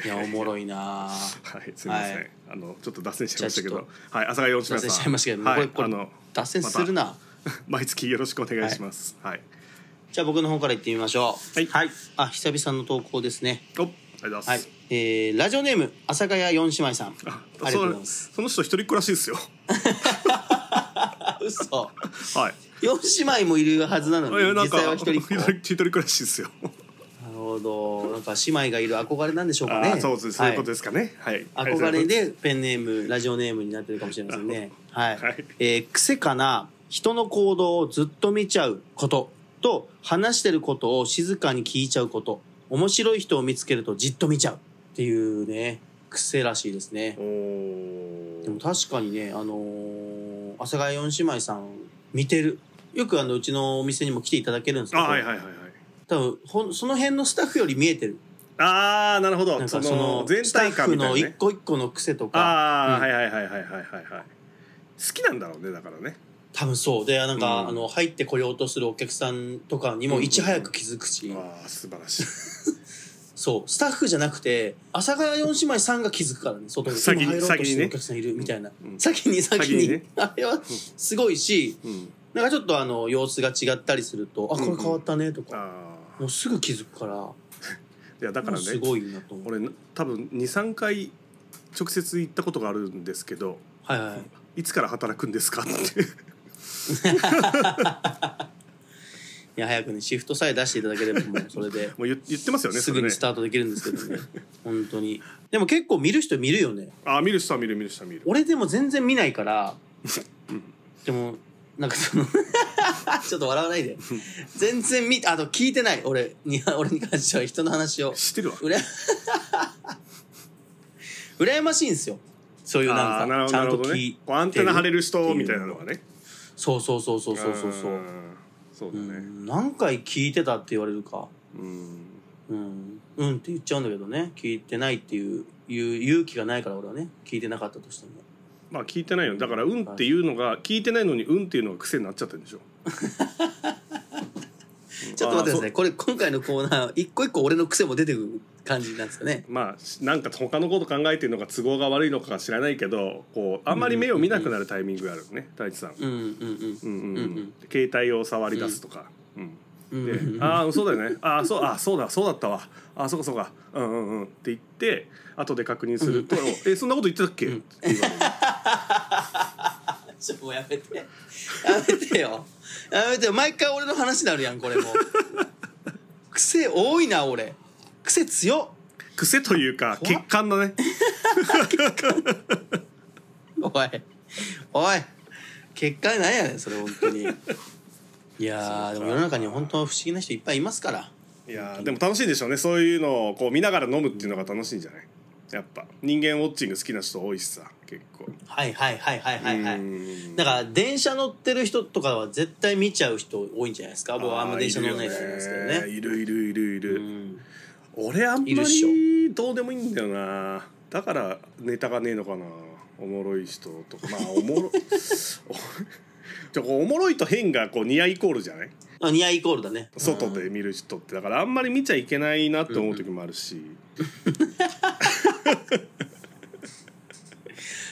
[SPEAKER 2] いやおもろいなぁ
[SPEAKER 1] はい、すみません、
[SPEAKER 2] はい
[SPEAKER 1] あのちょっと脱線しちゃいましたけ
[SPEAKER 2] じゃ
[SPEAKER 1] ど
[SPEAKER 2] あちょ、
[SPEAKER 1] はい、朝が四品
[SPEAKER 2] 脱
[SPEAKER 1] さん、
[SPEAKER 2] 線しちゃいましたけど、
[SPEAKER 1] はい、
[SPEAKER 2] これ
[SPEAKER 1] あ
[SPEAKER 2] これ
[SPEAKER 1] の
[SPEAKER 2] 脱線するな、
[SPEAKER 1] <laughs> 毎月よろしくお願いします。はい、
[SPEAKER 2] じゃあ僕の方から行ってみましょう
[SPEAKER 1] はい
[SPEAKER 2] あ久々の投稿ですね
[SPEAKER 1] お、ありがとうござ
[SPEAKER 2] はいい
[SPEAKER 1] ます。、
[SPEAKER 2] えー、ラジオネーム阿佐ヶ谷四姉妹さんあり
[SPEAKER 1] あ
[SPEAKER 2] がとうございます
[SPEAKER 1] そその人一人っ子らしいです
[SPEAKER 2] <laughs>
[SPEAKER 1] よ。
[SPEAKER 2] あ嘘
[SPEAKER 1] はい。
[SPEAKER 2] 四姉妹もいるはずなの
[SPEAKER 1] え
[SPEAKER 2] に
[SPEAKER 1] な
[SPEAKER 2] 実
[SPEAKER 1] んか
[SPEAKER 2] 際は一人っ子な
[SPEAKER 1] 一人っ子らしいですよ。
[SPEAKER 2] るほどなんか姉妹がいる憧れなんでしょう
[SPEAKER 1] あ
[SPEAKER 2] かね
[SPEAKER 1] ー、そうです、そういうこと
[SPEAKER 2] は
[SPEAKER 1] ですかね。はい。
[SPEAKER 2] 憧れ
[SPEAKER 1] ありがとうございます。
[SPEAKER 2] でペンネームラジオネームになってるかもしれませんね。はい、
[SPEAKER 1] はい
[SPEAKER 2] えー癖かな人の行動をずっと見ちゃうことと話してることを静かに聞いちゃうこと面白い人を見つけるとじっと見ちゃうっていうね癖らしいですね
[SPEAKER 1] お。
[SPEAKER 2] でも
[SPEAKER 1] お。
[SPEAKER 2] 確かにねあのー、阿佐ヶ谷四姉妹さん見てるよくあのうちのお店にも来ていただけるんですけ
[SPEAKER 1] あ、
[SPEAKER 2] ど、
[SPEAKER 1] はいはいはいはい。
[SPEAKER 2] 多分ほんその辺のスタッフより見えてる
[SPEAKER 1] ああ、なるほ
[SPEAKER 2] なん
[SPEAKER 1] ど。
[SPEAKER 2] か
[SPEAKER 1] そ
[SPEAKER 2] そ
[SPEAKER 1] の
[SPEAKER 2] の
[SPEAKER 1] 全
[SPEAKER 2] スタッ
[SPEAKER 1] 体感
[SPEAKER 2] フ
[SPEAKER 1] みたい
[SPEAKER 2] の
[SPEAKER 1] な
[SPEAKER 2] 一
[SPEAKER 1] ね。
[SPEAKER 2] 個一個の癖とか
[SPEAKER 1] ああ、
[SPEAKER 2] うん
[SPEAKER 1] はいはいはいはいはいはいはい。好きなんだろうね、だからね。
[SPEAKER 2] 多分そうでなんか、
[SPEAKER 1] うん
[SPEAKER 2] あの入ってこようとするお客さんとかに
[SPEAKER 1] う
[SPEAKER 2] も
[SPEAKER 1] ん
[SPEAKER 2] いち早く気づくし、
[SPEAKER 1] ああ、素晴ら
[SPEAKER 2] <laughs>
[SPEAKER 1] しい。
[SPEAKER 2] そうスタッフじゃなくて阿佐ヶ谷四姉妹さんが気づくからね外に
[SPEAKER 1] 先に
[SPEAKER 2] 今入ろうと
[SPEAKER 1] 先に
[SPEAKER 2] して
[SPEAKER 1] ね
[SPEAKER 2] るお客さんいるみたいな、
[SPEAKER 1] うん
[SPEAKER 2] 先に先に
[SPEAKER 1] 先にね
[SPEAKER 2] あれはすごいし
[SPEAKER 1] うん。
[SPEAKER 2] なんかちょっとあの様子が違ったりすると、あこれ変わったねとか、
[SPEAKER 1] ああ。
[SPEAKER 2] もうすぐ気づくから
[SPEAKER 1] いやだから
[SPEAKER 2] もうす
[SPEAKER 1] ね
[SPEAKER 2] ごいなと思う
[SPEAKER 1] 俺多分23回直接行ったことがあるんですけど
[SPEAKER 2] はいは
[SPEAKER 1] 「
[SPEAKER 2] い
[SPEAKER 1] いつから働くんですか?」って <laughs>
[SPEAKER 2] いや早くねシフトさえ出していただければもうそれ
[SPEAKER 1] <laughs>
[SPEAKER 2] で
[SPEAKER 1] もう言言ってますよね
[SPEAKER 2] す
[SPEAKER 1] そ
[SPEAKER 2] ぐ
[SPEAKER 1] れね
[SPEAKER 2] にスタートできるんですけどね本当にでも結構見る人見るよね
[SPEAKER 1] あ見る人は見る見る人は見る
[SPEAKER 2] 俺でも全然見な
[SPEAKER 1] <laughs>
[SPEAKER 2] いからでもなんかその <laughs> ちょっと笑わないで全然見あと聞いてない俺に俺に関しては人の話を
[SPEAKER 1] 知ってるわ
[SPEAKER 2] うら <laughs> 羨ましいんですよそういう
[SPEAKER 1] あ
[SPEAKER 2] な
[SPEAKER 1] ー
[SPEAKER 2] ん
[SPEAKER 1] なるほ
[SPEAKER 2] かち
[SPEAKER 1] ど
[SPEAKER 2] ゃ
[SPEAKER 1] なんる
[SPEAKER 2] と
[SPEAKER 1] ほど
[SPEAKER 2] 聞い
[SPEAKER 1] ね
[SPEAKER 2] て
[SPEAKER 1] こうアンテナ張れる人みたいなのがね
[SPEAKER 2] そうそうそうそうそうそうそう
[SPEAKER 1] ーんそうだ
[SPEAKER 2] う
[SPEAKER 1] ね
[SPEAKER 2] ん何回聞いてたって言われるか
[SPEAKER 1] うん
[SPEAKER 2] うんうんって言っちゃうんだけどね聞いてないっていういう勇気がないから俺はね聞いてなかったとしても
[SPEAKER 1] まあ聞いてないよだから「うん」っていうのが聞いてないのに「うん」っていうのが癖になっちゃってるんでしょ
[SPEAKER 2] ちょっと待ってくださ
[SPEAKER 1] あー
[SPEAKER 2] い。これ今回のコーナー、一個一個俺の癖も出てくる感じなんですかね
[SPEAKER 1] そ。まあなんか他のこと考えてるのか都合が悪いのか知らないけどこうあんまり目を見なくなるタイミングがあるね太一さん
[SPEAKER 2] うんうん
[SPEAKER 1] うんうんう
[SPEAKER 2] うん
[SPEAKER 1] ん、携帯を触り出すとか、うん
[SPEAKER 2] うん。
[SPEAKER 1] で
[SPEAKER 2] うんうんうん
[SPEAKER 1] ああそうだよねああそうあそうだそうだったわあそうかそうかうんうんうんって言って後で確認すると「えそんなこと言ってたっけ?」って言われる
[SPEAKER 2] ちょっともうやめて。やめてよ。やめてよ。毎回俺の話になるやん、これも。癖多いな、俺。癖強っ。
[SPEAKER 1] 癖というか
[SPEAKER 2] 怖
[SPEAKER 1] 欠
[SPEAKER 2] っ
[SPEAKER 1] 陥だね <laughs>
[SPEAKER 2] おい。おい。結果なんやねん、それ、本 <laughs> 当に。いやー、でも世の中には本当不思議な人いっぱいいますから。
[SPEAKER 1] いやーでも楽しいでしょうねそういうのをこう見ながら飲むっていうのが楽しいんじゃないやっぱ人間ウォッチング好きな人多いしさ結構
[SPEAKER 2] はいはいはいはいはいは
[SPEAKER 1] う
[SPEAKER 2] い。
[SPEAKER 1] ん
[SPEAKER 2] だから電車乗ってる人とかは絶対見ちゃう人多いんじゃないですか僕はあんま電車乗らないじゃないですけど
[SPEAKER 1] あー
[SPEAKER 2] ね
[SPEAKER 1] いるよねいるいるいるいる、
[SPEAKER 2] うん
[SPEAKER 1] 俺あんま
[SPEAKER 2] いるっし
[SPEAKER 1] りどうでもいいんだよなだからネタがねえのかなおもろい人とかまあおもろ <laughs> ちょこうおもろいと変がこう似合いイコールじゃない
[SPEAKER 2] あ似合いイコールだね
[SPEAKER 1] 外で見る人ってだからあんまり見ちゃいけないなって思う時もあるし、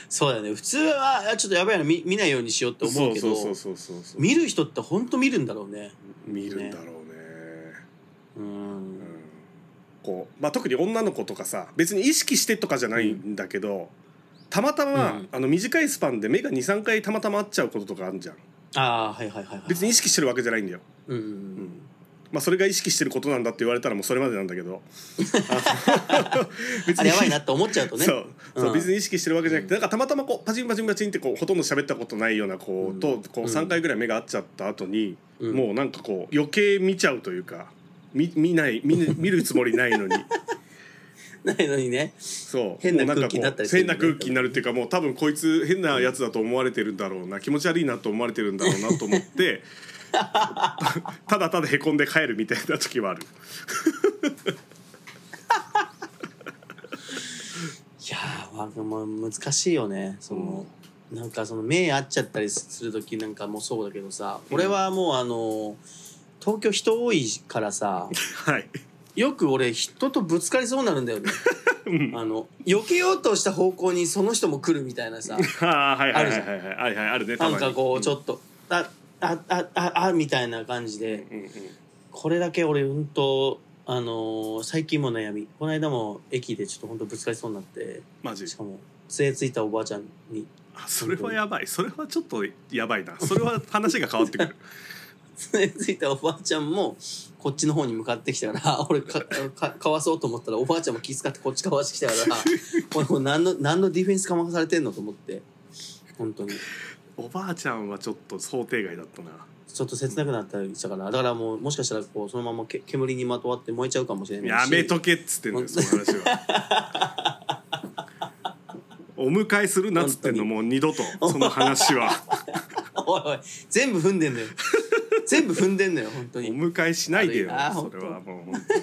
[SPEAKER 2] そうだよね普通はあちょっとやばいな見見ないようにしようって
[SPEAKER 1] そ
[SPEAKER 2] 思う
[SPEAKER 1] う
[SPEAKER 2] け
[SPEAKER 1] そ
[SPEAKER 2] ど
[SPEAKER 1] うそうそうそうそう
[SPEAKER 2] 見る人って本当見るんだろうね
[SPEAKER 1] 見るんだろうね
[SPEAKER 2] うん
[SPEAKER 1] うんこう、まあ、特に女の子とかさ別に意識してとかじゃないんだけど、たまたま、
[SPEAKER 2] うん
[SPEAKER 1] あの短いスパンで目が23回たまたま合っちゃうこととかあるじゃん
[SPEAKER 2] ああはいはいはいはい
[SPEAKER 1] 別に意識してるわけじゃないんだよ、
[SPEAKER 2] うんう
[SPEAKER 1] うんんまあ、それが意識してることなんだって言われたらもうそれまでなんだけ
[SPEAKER 2] <laughs>
[SPEAKER 1] ど別
[SPEAKER 2] あれやばいなって思っちゃうとね
[SPEAKER 1] そうそう、
[SPEAKER 2] うん
[SPEAKER 1] 別に意識してるわけじゃなくてなんかたまたまこうパチンパチンパチンってこうほとんど喋ったことないような子と、
[SPEAKER 2] うん
[SPEAKER 1] こう
[SPEAKER 2] うん
[SPEAKER 1] 3回ぐらい目が合っちゃった後に、
[SPEAKER 2] うん
[SPEAKER 1] もうなんかこう余計見ちゃうというか見見ない見ぬ見るつもりないのに
[SPEAKER 2] <laughs> ないのにね
[SPEAKER 1] そう
[SPEAKER 2] 変な
[SPEAKER 1] もう
[SPEAKER 2] 空気になったり
[SPEAKER 1] す
[SPEAKER 2] す
[SPEAKER 1] る、
[SPEAKER 2] る
[SPEAKER 1] 変な空気になるっていうかもう多分こいつ変なやつだと思われてるんだろうな気持ち悪いなと思われてるんだろうなと思って
[SPEAKER 2] <laughs>
[SPEAKER 1] ただただへこんで帰るみたいな時はある
[SPEAKER 2] いやーまあでも難しいよねその、なんかその目合っちゃったりする時なんかもそうだけどさ俺はもうあの東京人多いからさ <laughs>
[SPEAKER 1] はい
[SPEAKER 2] よく俺人とぶつかりそうになるんだよね
[SPEAKER 1] <laughs>
[SPEAKER 2] あの避けようとした方向にその人も来るみたいなさ
[SPEAKER 1] あーはいはい
[SPEAKER 2] ある
[SPEAKER 1] は
[SPEAKER 2] じ
[SPEAKER 1] い
[SPEAKER 2] ゃん
[SPEAKER 1] はいはいはいはいあるね <laughs> た
[SPEAKER 2] な
[SPEAKER 1] ま
[SPEAKER 2] ん
[SPEAKER 1] に
[SPEAKER 2] かこうちょっと、あああああみたいな感じで
[SPEAKER 1] うんうんうん
[SPEAKER 2] これだけ俺うんとあのー最近も悩みこの間も駅でちょっとほんとぶつかりそうになって
[SPEAKER 1] マジ
[SPEAKER 2] しかも杖ついたおばあちゃんに
[SPEAKER 1] あそれはやばいそれはちょっとやばいなそれは話が変わってくる
[SPEAKER 2] 杖ついたおばあちゃんもこっちの方に向かってきたから <laughs> 俺かかかわそうと思ったらおばあちゃんも気遣ってこっちかわしてきた
[SPEAKER 1] <laughs>
[SPEAKER 2] から俺もう何の何のディフェンスかまされてんのと思って本当に
[SPEAKER 1] おばあちゃんはちょっと想定外だったな
[SPEAKER 2] ちょっと切なくなったりしたからだからもうもしかしたらこうそのままけ煙にまとわって燃えちゃうかもしれないし
[SPEAKER 1] やめとけっつってんのよその話は
[SPEAKER 2] <laughs>
[SPEAKER 1] お迎えするなっつってんのもう二度とその話は
[SPEAKER 2] おいおい全部踏んで
[SPEAKER 1] <laughs>
[SPEAKER 2] んのよ全部踏んでんのよ本当
[SPEAKER 1] お
[SPEAKER 2] に
[SPEAKER 1] 迎えしないでよ
[SPEAKER 2] 悪いな
[SPEAKER 1] それはもう本当に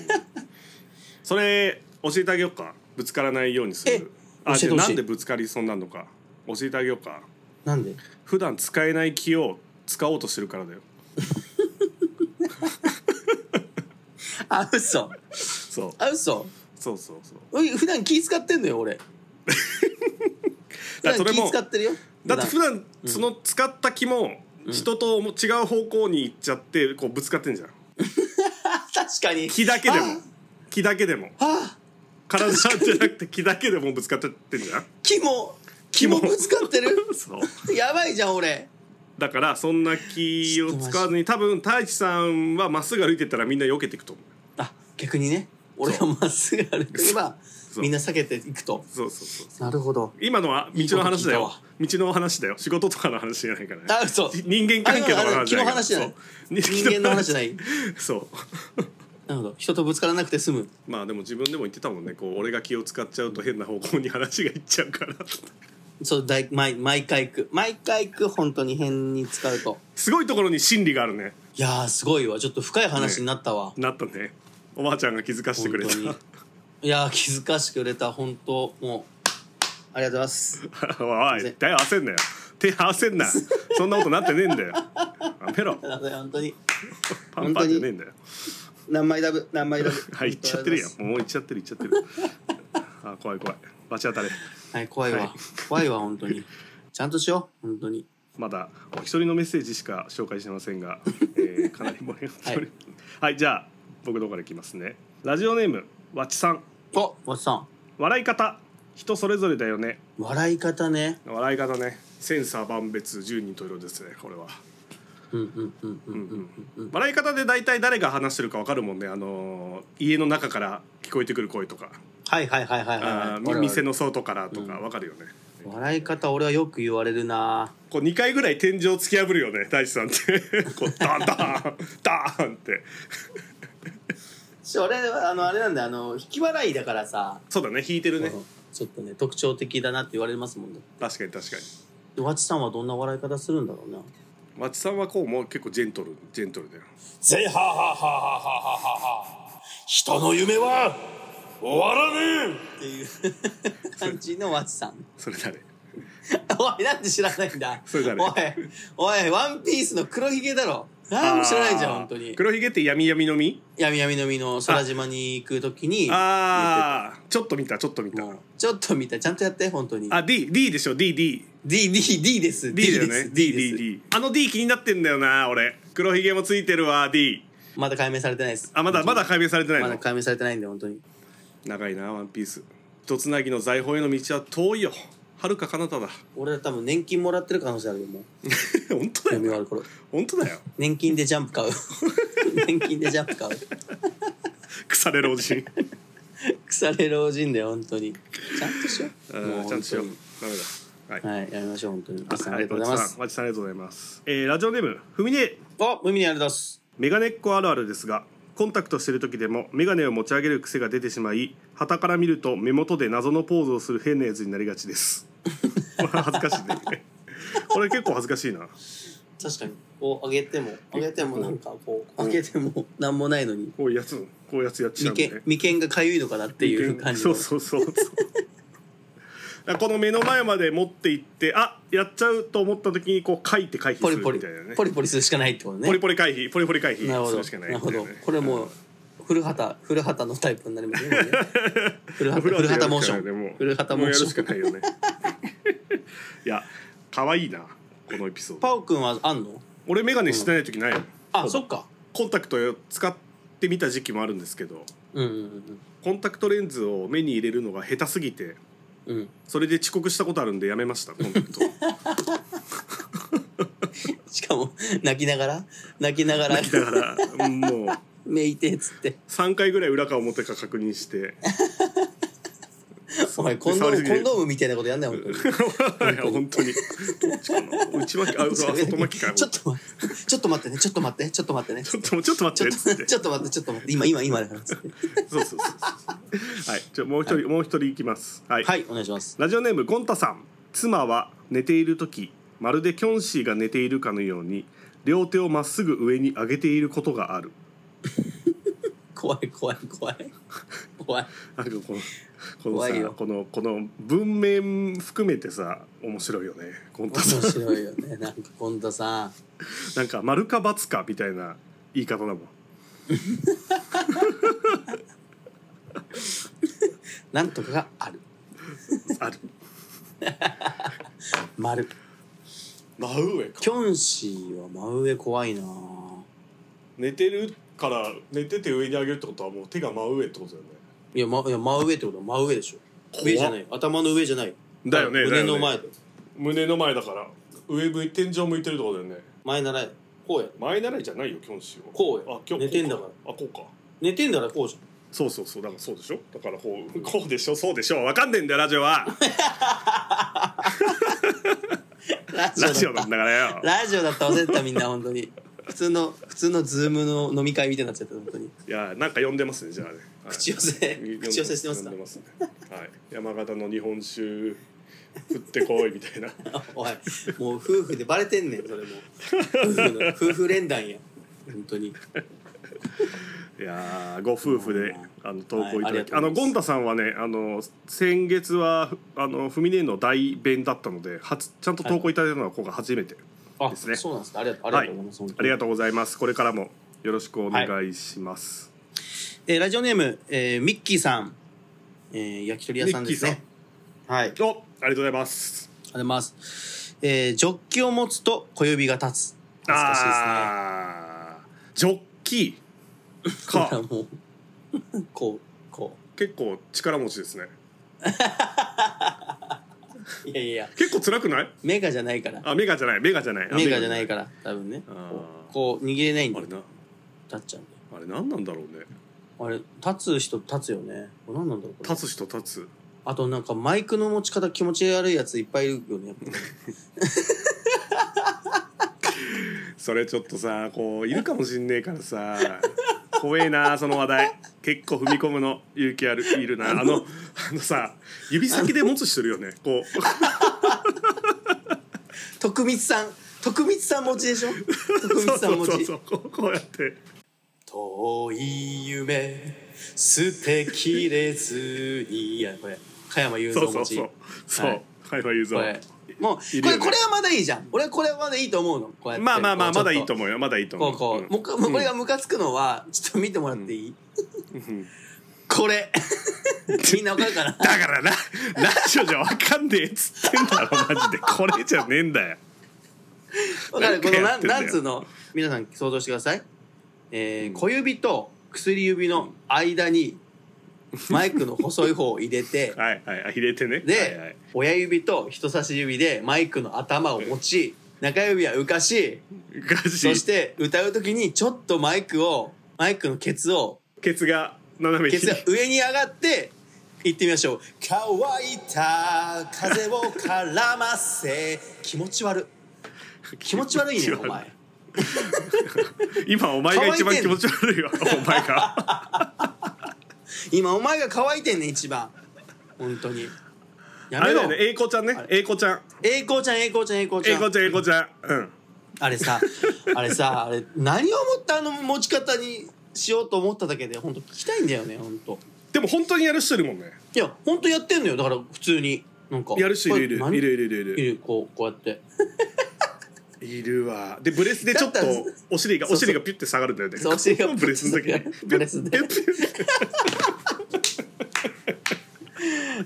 [SPEAKER 1] それ教えてあげようかぶつからないようにす
[SPEAKER 2] え
[SPEAKER 1] るあ
[SPEAKER 2] 教えて
[SPEAKER 1] じゃ
[SPEAKER 2] ほ
[SPEAKER 1] あ
[SPEAKER 2] し
[SPEAKER 1] な
[SPEAKER 2] い
[SPEAKER 1] んでぶつかりそうになるのか教えてあげようか
[SPEAKER 2] なんで
[SPEAKER 1] 普段使えない気を使おうとしてるからだよ
[SPEAKER 2] あ嘘
[SPEAKER 1] そう
[SPEAKER 2] あ嘘
[SPEAKER 1] そうそうそう
[SPEAKER 2] おい普段気使ってんの
[SPEAKER 1] <laughs>
[SPEAKER 2] よ俺普
[SPEAKER 1] だからそ
[SPEAKER 2] 段
[SPEAKER 1] れも
[SPEAKER 2] 気使ってるよ
[SPEAKER 1] だって普
[SPEAKER 2] 段
[SPEAKER 1] 段その使った気も
[SPEAKER 2] うん
[SPEAKER 1] 人とも違う方向に行っちゃってこうぶつかってんじゃん
[SPEAKER 2] 確かに
[SPEAKER 1] 気だけでも
[SPEAKER 2] あ
[SPEAKER 1] 気だけでも
[SPEAKER 2] あ
[SPEAKER 1] 体じゃなくて気だけでもぶつかっちゃってんじゃん
[SPEAKER 2] 気も
[SPEAKER 1] 気
[SPEAKER 2] <laughs> 気
[SPEAKER 1] も
[SPEAKER 2] もぶつかってる <laughs>
[SPEAKER 1] <laughs> そう
[SPEAKER 2] やばいじゃん俺
[SPEAKER 1] だからそんな気を使わずに多分太一さんはまっすぐ歩いてったらみんな避けていくと思う
[SPEAKER 2] あ逆にね俺がまっすぐ歩けば
[SPEAKER 1] そう
[SPEAKER 2] みんな避けていくと
[SPEAKER 1] そうそうそう
[SPEAKER 2] なるほど
[SPEAKER 1] 今のは道の話だ
[SPEAKER 2] いい
[SPEAKER 1] よ
[SPEAKER 2] こと
[SPEAKER 1] 道の話だよ仕事とかの話じゃないからね
[SPEAKER 2] あ嘘
[SPEAKER 1] 人間関係の
[SPEAKER 2] あああ
[SPEAKER 1] 話じゃないから
[SPEAKER 2] 気の話じゃな
[SPEAKER 1] そう
[SPEAKER 2] い人間の話じゃない
[SPEAKER 1] <laughs> そう
[SPEAKER 2] なるほど人とぶつからなくて済む
[SPEAKER 1] まあでも自分でも言ってたもんねこう俺が気を使っちゃうと変な方向に話がいっちゃうから
[SPEAKER 2] そうだい毎毎回行く毎回行く本当に変に使うと
[SPEAKER 1] すごいところに真理があるね
[SPEAKER 2] いやーすごいわちょっと深い話になったわ、
[SPEAKER 1] なったねおばあちゃんが気づかせて
[SPEAKER 2] 本
[SPEAKER 1] くれた
[SPEAKER 2] 当にいやー気づかしてくれた本当もうありがとうございます <laughs>
[SPEAKER 1] <laughs> おい手合わせんなよ手合わせんなそんなことなってねえんだよやめろ
[SPEAKER 2] ありがとうございます本当に
[SPEAKER 1] パンパンじゃねえんだよ
[SPEAKER 2] 何枚ダブ何枚ダブ
[SPEAKER 1] はい行っちゃってるやんもう行っちゃってる行っちゃってるあ怖い怖い罰当たれ
[SPEAKER 2] はい怖いわ、
[SPEAKER 1] はい
[SPEAKER 2] 怖いわ本当にちゃんとしよう本当に
[SPEAKER 1] まだお一人のメッセージしか紹介してませんが、えーかなり盛り上がっておりますはい、じゃあ僕の方からいきますねラジオネームわちさん
[SPEAKER 2] おわっさん
[SPEAKER 1] 笑い方人それぞれだよね
[SPEAKER 2] 笑い方ね
[SPEAKER 1] 笑い方ね千差万別十人十色ですねこれは
[SPEAKER 2] うんうんうんうんうんうんうん
[SPEAKER 1] 笑い方で大体誰が話してるかわかるもんねあのー家の中から聞こえてくる声とか、
[SPEAKER 2] はいはいはいはいはいはい
[SPEAKER 1] あー
[SPEAKER 2] わかるわかる
[SPEAKER 1] 店の外からとか
[SPEAKER 2] うん
[SPEAKER 1] わかるよね、
[SPEAKER 2] 笑い方俺はよく言われるな
[SPEAKER 1] こう2回ぐらい天井突き破るよね大地さんって
[SPEAKER 2] <laughs>
[SPEAKER 1] こうダンダンダーンって
[SPEAKER 2] それはあのあれなんだよあの引き笑いだからさ
[SPEAKER 1] そうだね弾いてるね
[SPEAKER 2] うんちょっとね特徴的だなって言われますもんね
[SPEAKER 1] 確かに確かに
[SPEAKER 2] でわちさんはどんな笑い方するんだろうな
[SPEAKER 1] マチさんはこうもう結構ジェントルジェントルだよ
[SPEAKER 3] ぜははははははは人の夢は終わらねえ
[SPEAKER 2] っていう <laughs> 感じのわちさん
[SPEAKER 1] それ誰
[SPEAKER 2] <laughs> おいなんで知らないんだ
[SPEAKER 1] それ誰
[SPEAKER 2] おいおいワンピースの黒ひげだろ何も知らないじゃん
[SPEAKER 1] あー
[SPEAKER 2] 本当に
[SPEAKER 1] 黒ひげって闇闇の実
[SPEAKER 2] 闇闇の実の空島に行く時に
[SPEAKER 1] ああちょっと見たちょっと見た
[SPEAKER 2] もうちょっと見たちゃんとやって本当に
[SPEAKER 1] あ D D でしょ DDD
[SPEAKER 2] D D D です
[SPEAKER 1] だよ
[SPEAKER 2] です
[SPEAKER 1] ね
[SPEAKER 2] D です
[SPEAKER 1] DDD あの D 気になってんだよな俺黒ひげもついてるわ D
[SPEAKER 2] まだ解明されてないです
[SPEAKER 1] あまだまだ解明されてない
[SPEAKER 2] ま
[SPEAKER 1] の、
[SPEAKER 2] だ解明されてないんで本当に
[SPEAKER 1] 長いなワンピースとつなぎの財宝への道は遠いよはるか彼方だ <laughs>
[SPEAKER 2] 俺ら多分年金もらってる可能性あるよもう
[SPEAKER 1] 本当だ
[SPEAKER 2] 読
[SPEAKER 1] よ
[SPEAKER 2] み
[SPEAKER 1] な
[SPEAKER 2] 終わる頃
[SPEAKER 1] 本当だよ
[SPEAKER 2] 年金でジャン
[SPEAKER 1] <laughs>
[SPEAKER 2] プ買う年金でジャンプ買う
[SPEAKER 1] 腐れ老
[SPEAKER 2] <laughs>
[SPEAKER 1] 人
[SPEAKER 2] 腐れ老人だよ本当にちゃんとしよ
[SPEAKER 1] あ
[SPEAKER 2] う
[SPEAKER 1] ーちゃんとしよう
[SPEAKER 2] 本
[SPEAKER 1] ダメだはい
[SPEAKER 2] 当にはいやりましょう本当に皆さんあ
[SPEAKER 1] あ
[SPEAKER 2] りがとうございます
[SPEAKER 1] マチさんありがとうございます、えーラジオネームふみね
[SPEAKER 2] あ海にありがとうございます
[SPEAKER 1] メガネっ子あるあるですがコンタクトしてる時でもメガネを持ち上げる癖が出てしまい旗から見ると目元で謎のポーズをする変なやつになりがちです <laughs> これ恥ずかしいねこれ結構恥ずかしいな
[SPEAKER 2] 確かにこう上げても上げてもなんかこう
[SPEAKER 1] うん
[SPEAKER 2] 上げても何もないのに
[SPEAKER 1] こういうやつこういうやつやっちゃうん
[SPEAKER 2] 眉
[SPEAKER 1] で、
[SPEAKER 2] 間眉間がかゆいのかなっていう感じ
[SPEAKER 1] そ
[SPEAKER 2] の
[SPEAKER 1] うそうそう
[SPEAKER 2] <laughs>
[SPEAKER 1] そうだからこの目の前まで持っていってあやっちゃうと思った時にこう書いて回避
[SPEAKER 2] ポ
[SPEAKER 1] す
[SPEAKER 2] リ
[SPEAKER 1] る
[SPEAKER 2] ポ
[SPEAKER 1] み
[SPEAKER 2] リ
[SPEAKER 1] たいなね
[SPEAKER 2] ポリポリするしかないってことね
[SPEAKER 1] ポリポリ回避ポリポリ回
[SPEAKER 2] な
[SPEAKER 1] 避
[SPEAKER 2] るほ
[SPEAKER 1] す
[SPEAKER 2] ど
[SPEAKER 1] るしかない
[SPEAKER 2] なるほど
[SPEAKER 1] みたいなね
[SPEAKER 2] これもう古畑古畑のタイプにな
[SPEAKER 1] <laughs>
[SPEAKER 2] りますねこれ
[SPEAKER 1] フ
[SPEAKER 2] ね古
[SPEAKER 1] ラ
[SPEAKER 2] 畑古
[SPEAKER 1] でやる
[SPEAKER 2] 畑モー
[SPEAKER 1] し
[SPEAKER 2] シ
[SPEAKER 1] かないよね
[SPEAKER 2] ョ
[SPEAKER 1] も
[SPEAKER 2] ン
[SPEAKER 1] う
[SPEAKER 2] 古畑モ
[SPEAKER 1] もう
[SPEAKER 2] ー
[SPEAKER 1] や
[SPEAKER 2] シ
[SPEAKER 1] るしか
[SPEAKER 2] ョン
[SPEAKER 1] ないよね <laughs> いや可愛いなこのエピソード
[SPEAKER 2] パオくんはあんの
[SPEAKER 1] 俺眼鏡してない時ないよ
[SPEAKER 2] あそっか
[SPEAKER 1] コンタクトを使ってみた時期もあるんですけど
[SPEAKER 2] うんうん
[SPEAKER 1] コンタクトレンズを目に入れるのが下手すぎて
[SPEAKER 2] うんうん
[SPEAKER 1] それで遅刻したことあるんでやめましたコンタクト <laughs>
[SPEAKER 2] しかも泣きながら泣きながら
[SPEAKER 1] だからうんもう
[SPEAKER 2] <laughs> めいてっつって
[SPEAKER 1] 3回ぐらい裏か表か確認して
[SPEAKER 2] <laughs> お前コンド
[SPEAKER 1] 触り
[SPEAKER 2] ー
[SPEAKER 1] すぎ
[SPEAKER 2] ムコ
[SPEAKER 1] る
[SPEAKER 2] ンドームみたいなことやんない本当に
[SPEAKER 1] <laughs> いや本当にどっちかな内
[SPEAKER 2] <laughs>
[SPEAKER 1] 巻きあうわ外巻きか
[SPEAKER 2] ちょっと待ってちょっと待ってねちょっと待ってねちょっと待
[SPEAKER 1] ちょっと
[SPEAKER 2] ってね
[SPEAKER 1] ちょっと待
[SPEAKER 2] ちょ
[SPEAKER 1] っ
[SPEAKER 2] って
[SPEAKER 1] っつっ
[SPEAKER 2] と
[SPEAKER 1] て
[SPEAKER 2] ちょっと待ってちょっと待って今今今だからっつって
[SPEAKER 1] そうそうそうそうはいじゃあもう一人、もう一人いきますはい、
[SPEAKER 2] はいお願いします
[SPEAKER 1] ラジオネームゴンタさん妻は寝ている時まるでキョンシーが寝ているかのように両手をまっすぐ上に上げていることがある
[SPEAKER 2] 怖い怖い怖い怖い
[SPEAKER 1] なんかこのこの
[SPEAKER 2] 怖い
[SPEAKER 1] さ
[SPEAKER 2] よ
[SPEAKER 1] このこの文面含めてさ面白いよねゴンタ
[SPEAKER 2] 面
[SPEAKER 1] さん
[SPEAKER 2] 白いよね
[SPEAKER 1] <laughs>
[SPEAKER 2] なんかコンドさん
[SPEAKER 1] なんか丸か×かみたいな言い方だもん
[SPEAKER 2] なんとかがある
[SPEAKER 1] ある
[SPEAKER 2] 丸
[SPEAKER 1] <laughs> 真上か
[SPEAKER 2] キョンシーは真上怖いな
[SPEAKER 1] 寝てるから寝てて上に上げるってことはもう手が真上ってことだよね
[SPEAKER 2] いや,、ま、いや真上ってことは真上でしょ
[SPEAKER 1] 怖っ
[SPEAKER 2] 上じゃない頭の上じゃない
[SPEAKER 1] だよね
[SPEAKER 2] 胸
[SPEAKER 1] だよ
[SPEAKER 2] の
[SPEAKER 1] ね
[SPEAKER 2] 前で、
[SPEAKER 1] 胸の前だから上向い天井向いてるってことだよね
[SPEAKER 2] 前ならえこうや
[SPEAKER 1] 前習いじゃないよキョンシーは
[SPEAKER 2] こうよ
[SPEAKER 1] あ今日
[SPEAKER 2] 寝てんだから
[SPEAKER 1] あこうか
[SPEAKER 2] 寝てんだからこうじゃん
[SPEAKER 1] そうそうそうだからそうでしょだからこうこうでしょそうでしょわかんねえんだよラジオ
[SPEAKER 2] <laughs>
[SPEAKER 1] は
[SPEAKER 2] ラ
[SPEAKER 1] ラジオなんだからよ
[SPEAKER 2] ラジオだった忘れてたみんな本当に普通の普通のズームの飲み会みたいになっちゃった本当に
[SPEAKER 1] いやなんか呼んでますねじゃあね、はい
[SPEAKER 2] 口寄せ口寄せしてま
[SPEAKER 1] 呼
[SPEAKER 2] すか
[SPEAKER 1] んでますねはい山形の日本
[SPEAKER 2] <laughs>
[SPEAKER 1] 酒振ってこいみたいな
[SPEAKER 2] おいもう夫婦でバレてんねんそれも夫婦の夫婦連弾や本当に
[SPEAKER 1] いやーご夫婦であの投稿いただき、
[SPEAKER 2] はいありがとうございます
[SPEAKER 1] あのゴンタさんはねあの先月はあのフミネの代弁だったので初ちゃんと投稿いただいたのは今回初めて、
[SPEAKER 2] あ
[SPEAKER 1] ですね
[SPEAKER 2] そうなんですかありがとうありが
[SPEAKER 1] は
[SPEAKER 2] とうございます、本当
[SPEAKER 1] あ
[SPEAKER 2] に
[SPEAKER 1] りがとうございます。これからもよろしくお願いします。
[SPEAKER 2] えーラジオネーム、えーミッキーさん、えー焼き鳥屋さんです
[SPEAKER 1] ミッ
[SPEAKER 2] ねはい
[SPEAKER 1] お、ありがとうございます。
[SPEAKER 2] ありがとうございます。えージョッキを持つと小指が立つ。懐かしいですね。
[SPEAKER 1] あージョッキー
[SPEAKER 2] だ <laughs> から
[SPEAKER 1] か
[SPEAKER 2] もう、こう、こ
[SPEAKER 1] 結構力持ちですね。
[SPEAKER 2] う。いやいやいや、
[SPEAKER 1] 結構辛くない？
[SPEAKER 2] メガじゃないから。
[SPEAKER 1] あ、メガじゃない、メガじゃない、あ
[SPEAKER 2] メガじゃない
[SPEAKER 1] メ
[SPEAKER 2] から、多分ね。
[SPEAKER 1] あー
[SPEAKER 2] こうこう握れないん
[SPEAKER 1] ガ
[SPEAKER 2] で、
[SPEAKER 1] あれ
[SPEAKER 2] 立
[SPEAKER 1] な、
[SPEAKER 2] っちゃうんで。
[SPEAKER 1] あれなんなんだろうね。
[SPEAKER 2] あれ、立つ人立つよね。これ何なんだろうこれ
[SPEAKER 1] 立つ人立つ。
[SPEAKER 2] あとなんかマイクの持ち方気持ち悪いやついっぱいいるよね。
[SPEAKER 1] それちょっとさ、こういるかもしんねえからさ。
[SPEAKER 2] <laughs>
[SPEAKER 1] 怖えなその話題結構踏み込むの勇気あるいるなあのあのさ指先で持つ人いるよね
[SPEAKER 2] <laughs>
[SPEAKER 1] こう
[SPEAKER 2] 徳光さん、徳光さん持ちで
[SPEAKER 1] <laughs>
[SPEAKER 2] しょ徳
[SPEAKER 1] そう
[SPEAKER 2] 光さん
[SPEAKER 1] そう
[SPEAKER 2] 持
[SPEAKER 1] そう
[SPEAKER 2] ち
[SPEAKER 1] そ。うこうこうやって
[SPEAKER 2] 遠い夢捨てきれずにいやこれ加山雄
[SPEAKER 1] そ
[SPEAKER 2] 三
[SPEAKER 1] うそ
[SPEAKER 2] 持
[SPEAKER 1] う
[SPEAKER 2] ち
[SPEAKER 1] そうそう加山雄
[SPEAKER 2] これ
[SPEAKER 1] 三
[SPEAKER 2] もうこ
[SPEAKER 1] いるよ
[SPEAKER 2] れ
[SPEAKER 1] ね
[SPEAKER 2] これはまだいいじゃん俺はこれはまだいいと思うのこうやって
[SPEAKER 1] まあまあまあ
[SPEAKER 2] こ
[SPEAKER 1] ま
[SPEAKER 2] う
[SPEAKER 1] だ
[SPEAKER 2] ち
[SPEAKER 1] い
[SPEAKER 2] ょっ
[SPEAKER 1] いと思うよまだいいと
[SPEAKER 2] こ
[SPEAKER 1] 思
[SPEAKER 2] う
[SPEAKER 1] う
[SPEAKER 2] こうもうこもうこれがムカつくのはちょっと見てもらっていい、
[SPEAKER 1] ん
[SPEAKER 2] これ <laughs> みんなわかるかな
[SPEAKER 1] だからなラジオじゃわかんねえっつってんだろマジでこれじゃねえんだよ
[SPEAKER 2] わかるこの
[SPEAKER 1] な
[SPEAKER 2] なんん
[SPEAKER 1] かやっ
[SPEAKER 2] な
[SPEAKER 1] てんだよ
[SPEAKER 2] んつうの皆さん想像してくださいえー小指と薬指の間にマイクの細い方を入れて
[SPEAKER 1] <laughs> はいはいあ入れてね
[SPEAKER 2] で、
[SPEAKER 1] はいはい
[SPEAKER 2] 親指と人差し指でマイクの頭を持ち中指は浮かし
[SPEAKER 1] ガチ
[SPEAKER 2] そして歌う時にちょっとマイクをマイクのケツを
[SPEAKER 1] ケツが斜めに
[SPEAKER 2] ケツ <laughs> が上に上がって行ってみましょう「乾いた風を絡ませ」気持ち悪気持ち悪いねお前
[SPEAKER 1] 今お前が一番
[SPEAKER 2] 乾い
[SPEAKER 1] 気
[SPEAKER 2] てんの
[SPEAKER 1] 持ち悪いわお前が
[SPEAKER 2] 今お前が乾いてんね一番本当に <laughs> や
[SPEAKER 1] あ
[SPEAKER 2] め
[SPEAKER 1] れだ
[SPEAKER 2] ろ
[SPEAKER 1] よね英子ちゃんね英子ちゃん
[SPEAKER 2] 栄光ちゃん栄光ちゃん栄光ち
[SPEAKER 1] 英
[SPEAKER 2] ゃ
[SPEAKER 1] 子
[SPEAKER 2] ん
[SPEAKER 1] ちゃん英子ちゃんうん
[SPEAKER 2] あれさあれさあれ何を思ったあの持ち方にしようと思っただけで本当聞きたいんだよね本当
[SPEAKER 1] でも本当にやる人いるもんね
[SPEAKER 2] いや本当やってんのよだから普通になんか
[SPEAKER 1] やる人いるいる
[SPEAKER 2] これ何
[SPEAKER 1] いるいるいるい
[SPEAKER 2] い
[SPEAKER 1] る
[SPEAKER 2] るこうこうやって
[SPEAKER 1] いるわでブレスでちょっと
[SPEAKER 2] だったら
[SPEAKER 1] お尻が
[SPEAKER 2] そうそう
[SPEAKER 1] お尻がピュッて下がるんだよね
[SPEAKER 2] そうお尻が
[SPEAKER 1] ブレスの時に
[SPEAKER 2] ブレスで
[SPEAKER 1] ピュッて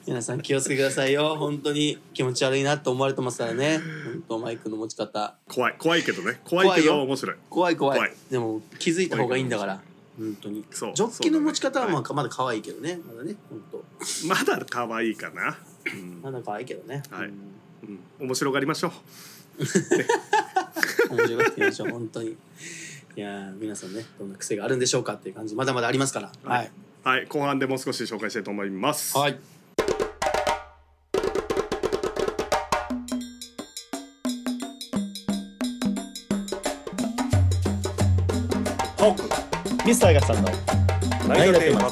[SPEAKER 2] 皆さん気をつけてくださいよ本当に気持ち悪いなと思われてますからね本当マイクの持ち方
[SPEAKER 1] 怖い怖いけどね怖いけ
[SPEAKER 2] 怖い
[SPEAKER 1] ど
[SPEAKER 2] よ
[SPEAKER 1] 面白い
[SPEAKER 2] 怖い怖い
[SPEAKER 1] 怖い
[SPEAKER 2] でも気づいた方がいいんだから本当に
[SPEAKER 1] そう
[SPEAKER 2] ジョッキの持ち方は
[SPEAKER 1] そうだ
[SPEAKER 2] ま
[SPEAKER 1] ね
[SPEAKER 2] あまだ可愛いけどねまだね本当
[SPEAKER 1] まだ可愛いかな
[SPEAKER 2] まだ可愛いけどね、
[SPEAKER 1] はい
[SPEAKER 2] うん
[SPEAKER 1] うん面白がりましょう
[SPEAKER 2] 面白くてみましょう本当にいやー皆さんねどんな癖があるんでしょうかっていう感じまだまだありますからはい
[SPEAKER 1] はい後半でもう少し紹介したいと思います
[SPEAKER 2] はい
[SPEAKER 1] トーク
[SPEAKER 2] ミスターガスさんの
[SPEAKER 1] 何がテーマ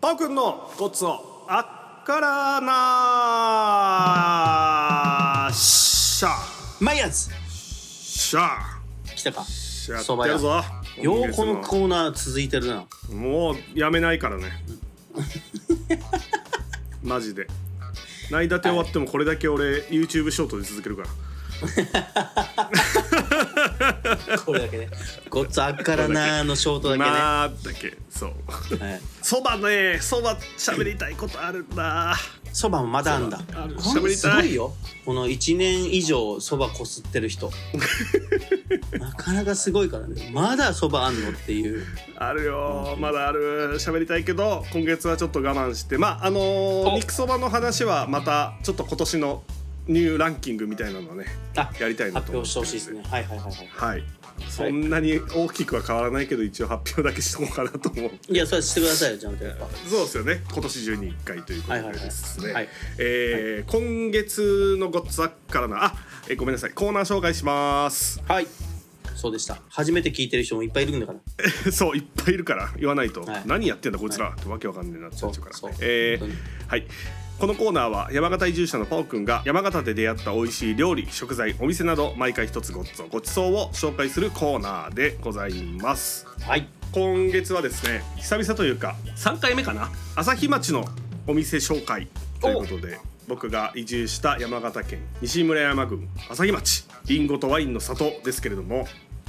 [SPEAKER 1] パオくんのごちそうあっからなーしゃ
[SPEAKER 2] マイヤーズ
[SPEAKER 1] しゃ
[SPEAKER 2] 来たか
[SPEAKER 1] しゃってやるぞ
[SPEAKER 2] ようこの
[SPEAKER 1] 今月
[SPEAKER 2] コーナー続いてるな
[SPEAKER 1] のもうやめないから
[SPEAKER 2] <laughs>
[SPEAKER 1] ねマジで内立て終わってもこれだけ俺 YouTube ショートで続けるから
[SPEAKER 2] これだけねごっつあっからなーのショートだけね、
[SPEAKER 1] まあだけそう <laughs>
[SPEAKER 2] はい
[SPEAKER 1] そばねそば喋りたいことあるんだ
[SPEAKER 2] そばもまだあんだ
[SPEAKER 1] そばある
[SPEAKER 2] こ
[SPEAKER 1] 喋りたい
[SPEAKER 2] れすごいよこの1年以上そばこすって
[SPEAKER 1] <laughs>
[SPEAKER 2] る人なかなかすごいからねまだそばあんのっていう
[SPEAKER 1] あるよまだある喋りたいけど今月はちょっと我慢してまああのー
[SPEAKER 2] お
[SPEAKER 1] 肉そばの話はまたちょっと今年のニューランキングみたいなのはね
[SPEAKER 2] あ
[SPEAKER 1] やりたいな
[SPEAKER 2] 発
[SPEAKER 1] と思
[SPEAKER 2] 表
[SPEAKER 1] っ
[SPEAKER 2] してて
[SPEAKER 1] る
[SPEAKER 2] ほしいですねはいはいはいはい
[SPEAKER 1] はいそんなに大きくは変わらないけど一応発表だけしとこうかなと思う
[SPEAKER 2] いやそれしてくださいよちゃんとやっぱ
[SPEAKER 1] そうですよね今年中に1回ということ
[SPEAKER 2] はいはい
[SPEAKER 1] で
[SPEAKER 2] はい
[SPEAKER 1] ですね
[SPEAKER 2] はい
[SPEAKER 1] えー今月のごっつあっからなあえーごめんなさいコーナー紹介します <laughs>
[SPEAKER 2] はいそうでした初めて聞いてる人もいっぱいいるんだから
[SPEAKER 1] そういっぱいいるから言わないと、
[SPEAKER 2] はい
[SPEAKER 1] 何やってんだこいつら、ってわけわかんねえなっちゃ
[SPEAKER 2] そうう
[SPEAKER 1] から
[SPEAKER 2] そう
[SPEAKER 1] えー
[SPEAKER 2] 本
[SPEAKER 1] はいこのコーナーは山形移住者のパオくんが山形で出会った美味しい料理食材お店など毎回一つごっつごちそうを紹介するコーナーでございます
[SPEAKER 2] 当にはい
[SPEAKER 1] 今月はですね久々というか3回目かな朝日町のお店紹介ということで僕が移住した山形県西村山郡朝日町りんごとワインの里ですけれども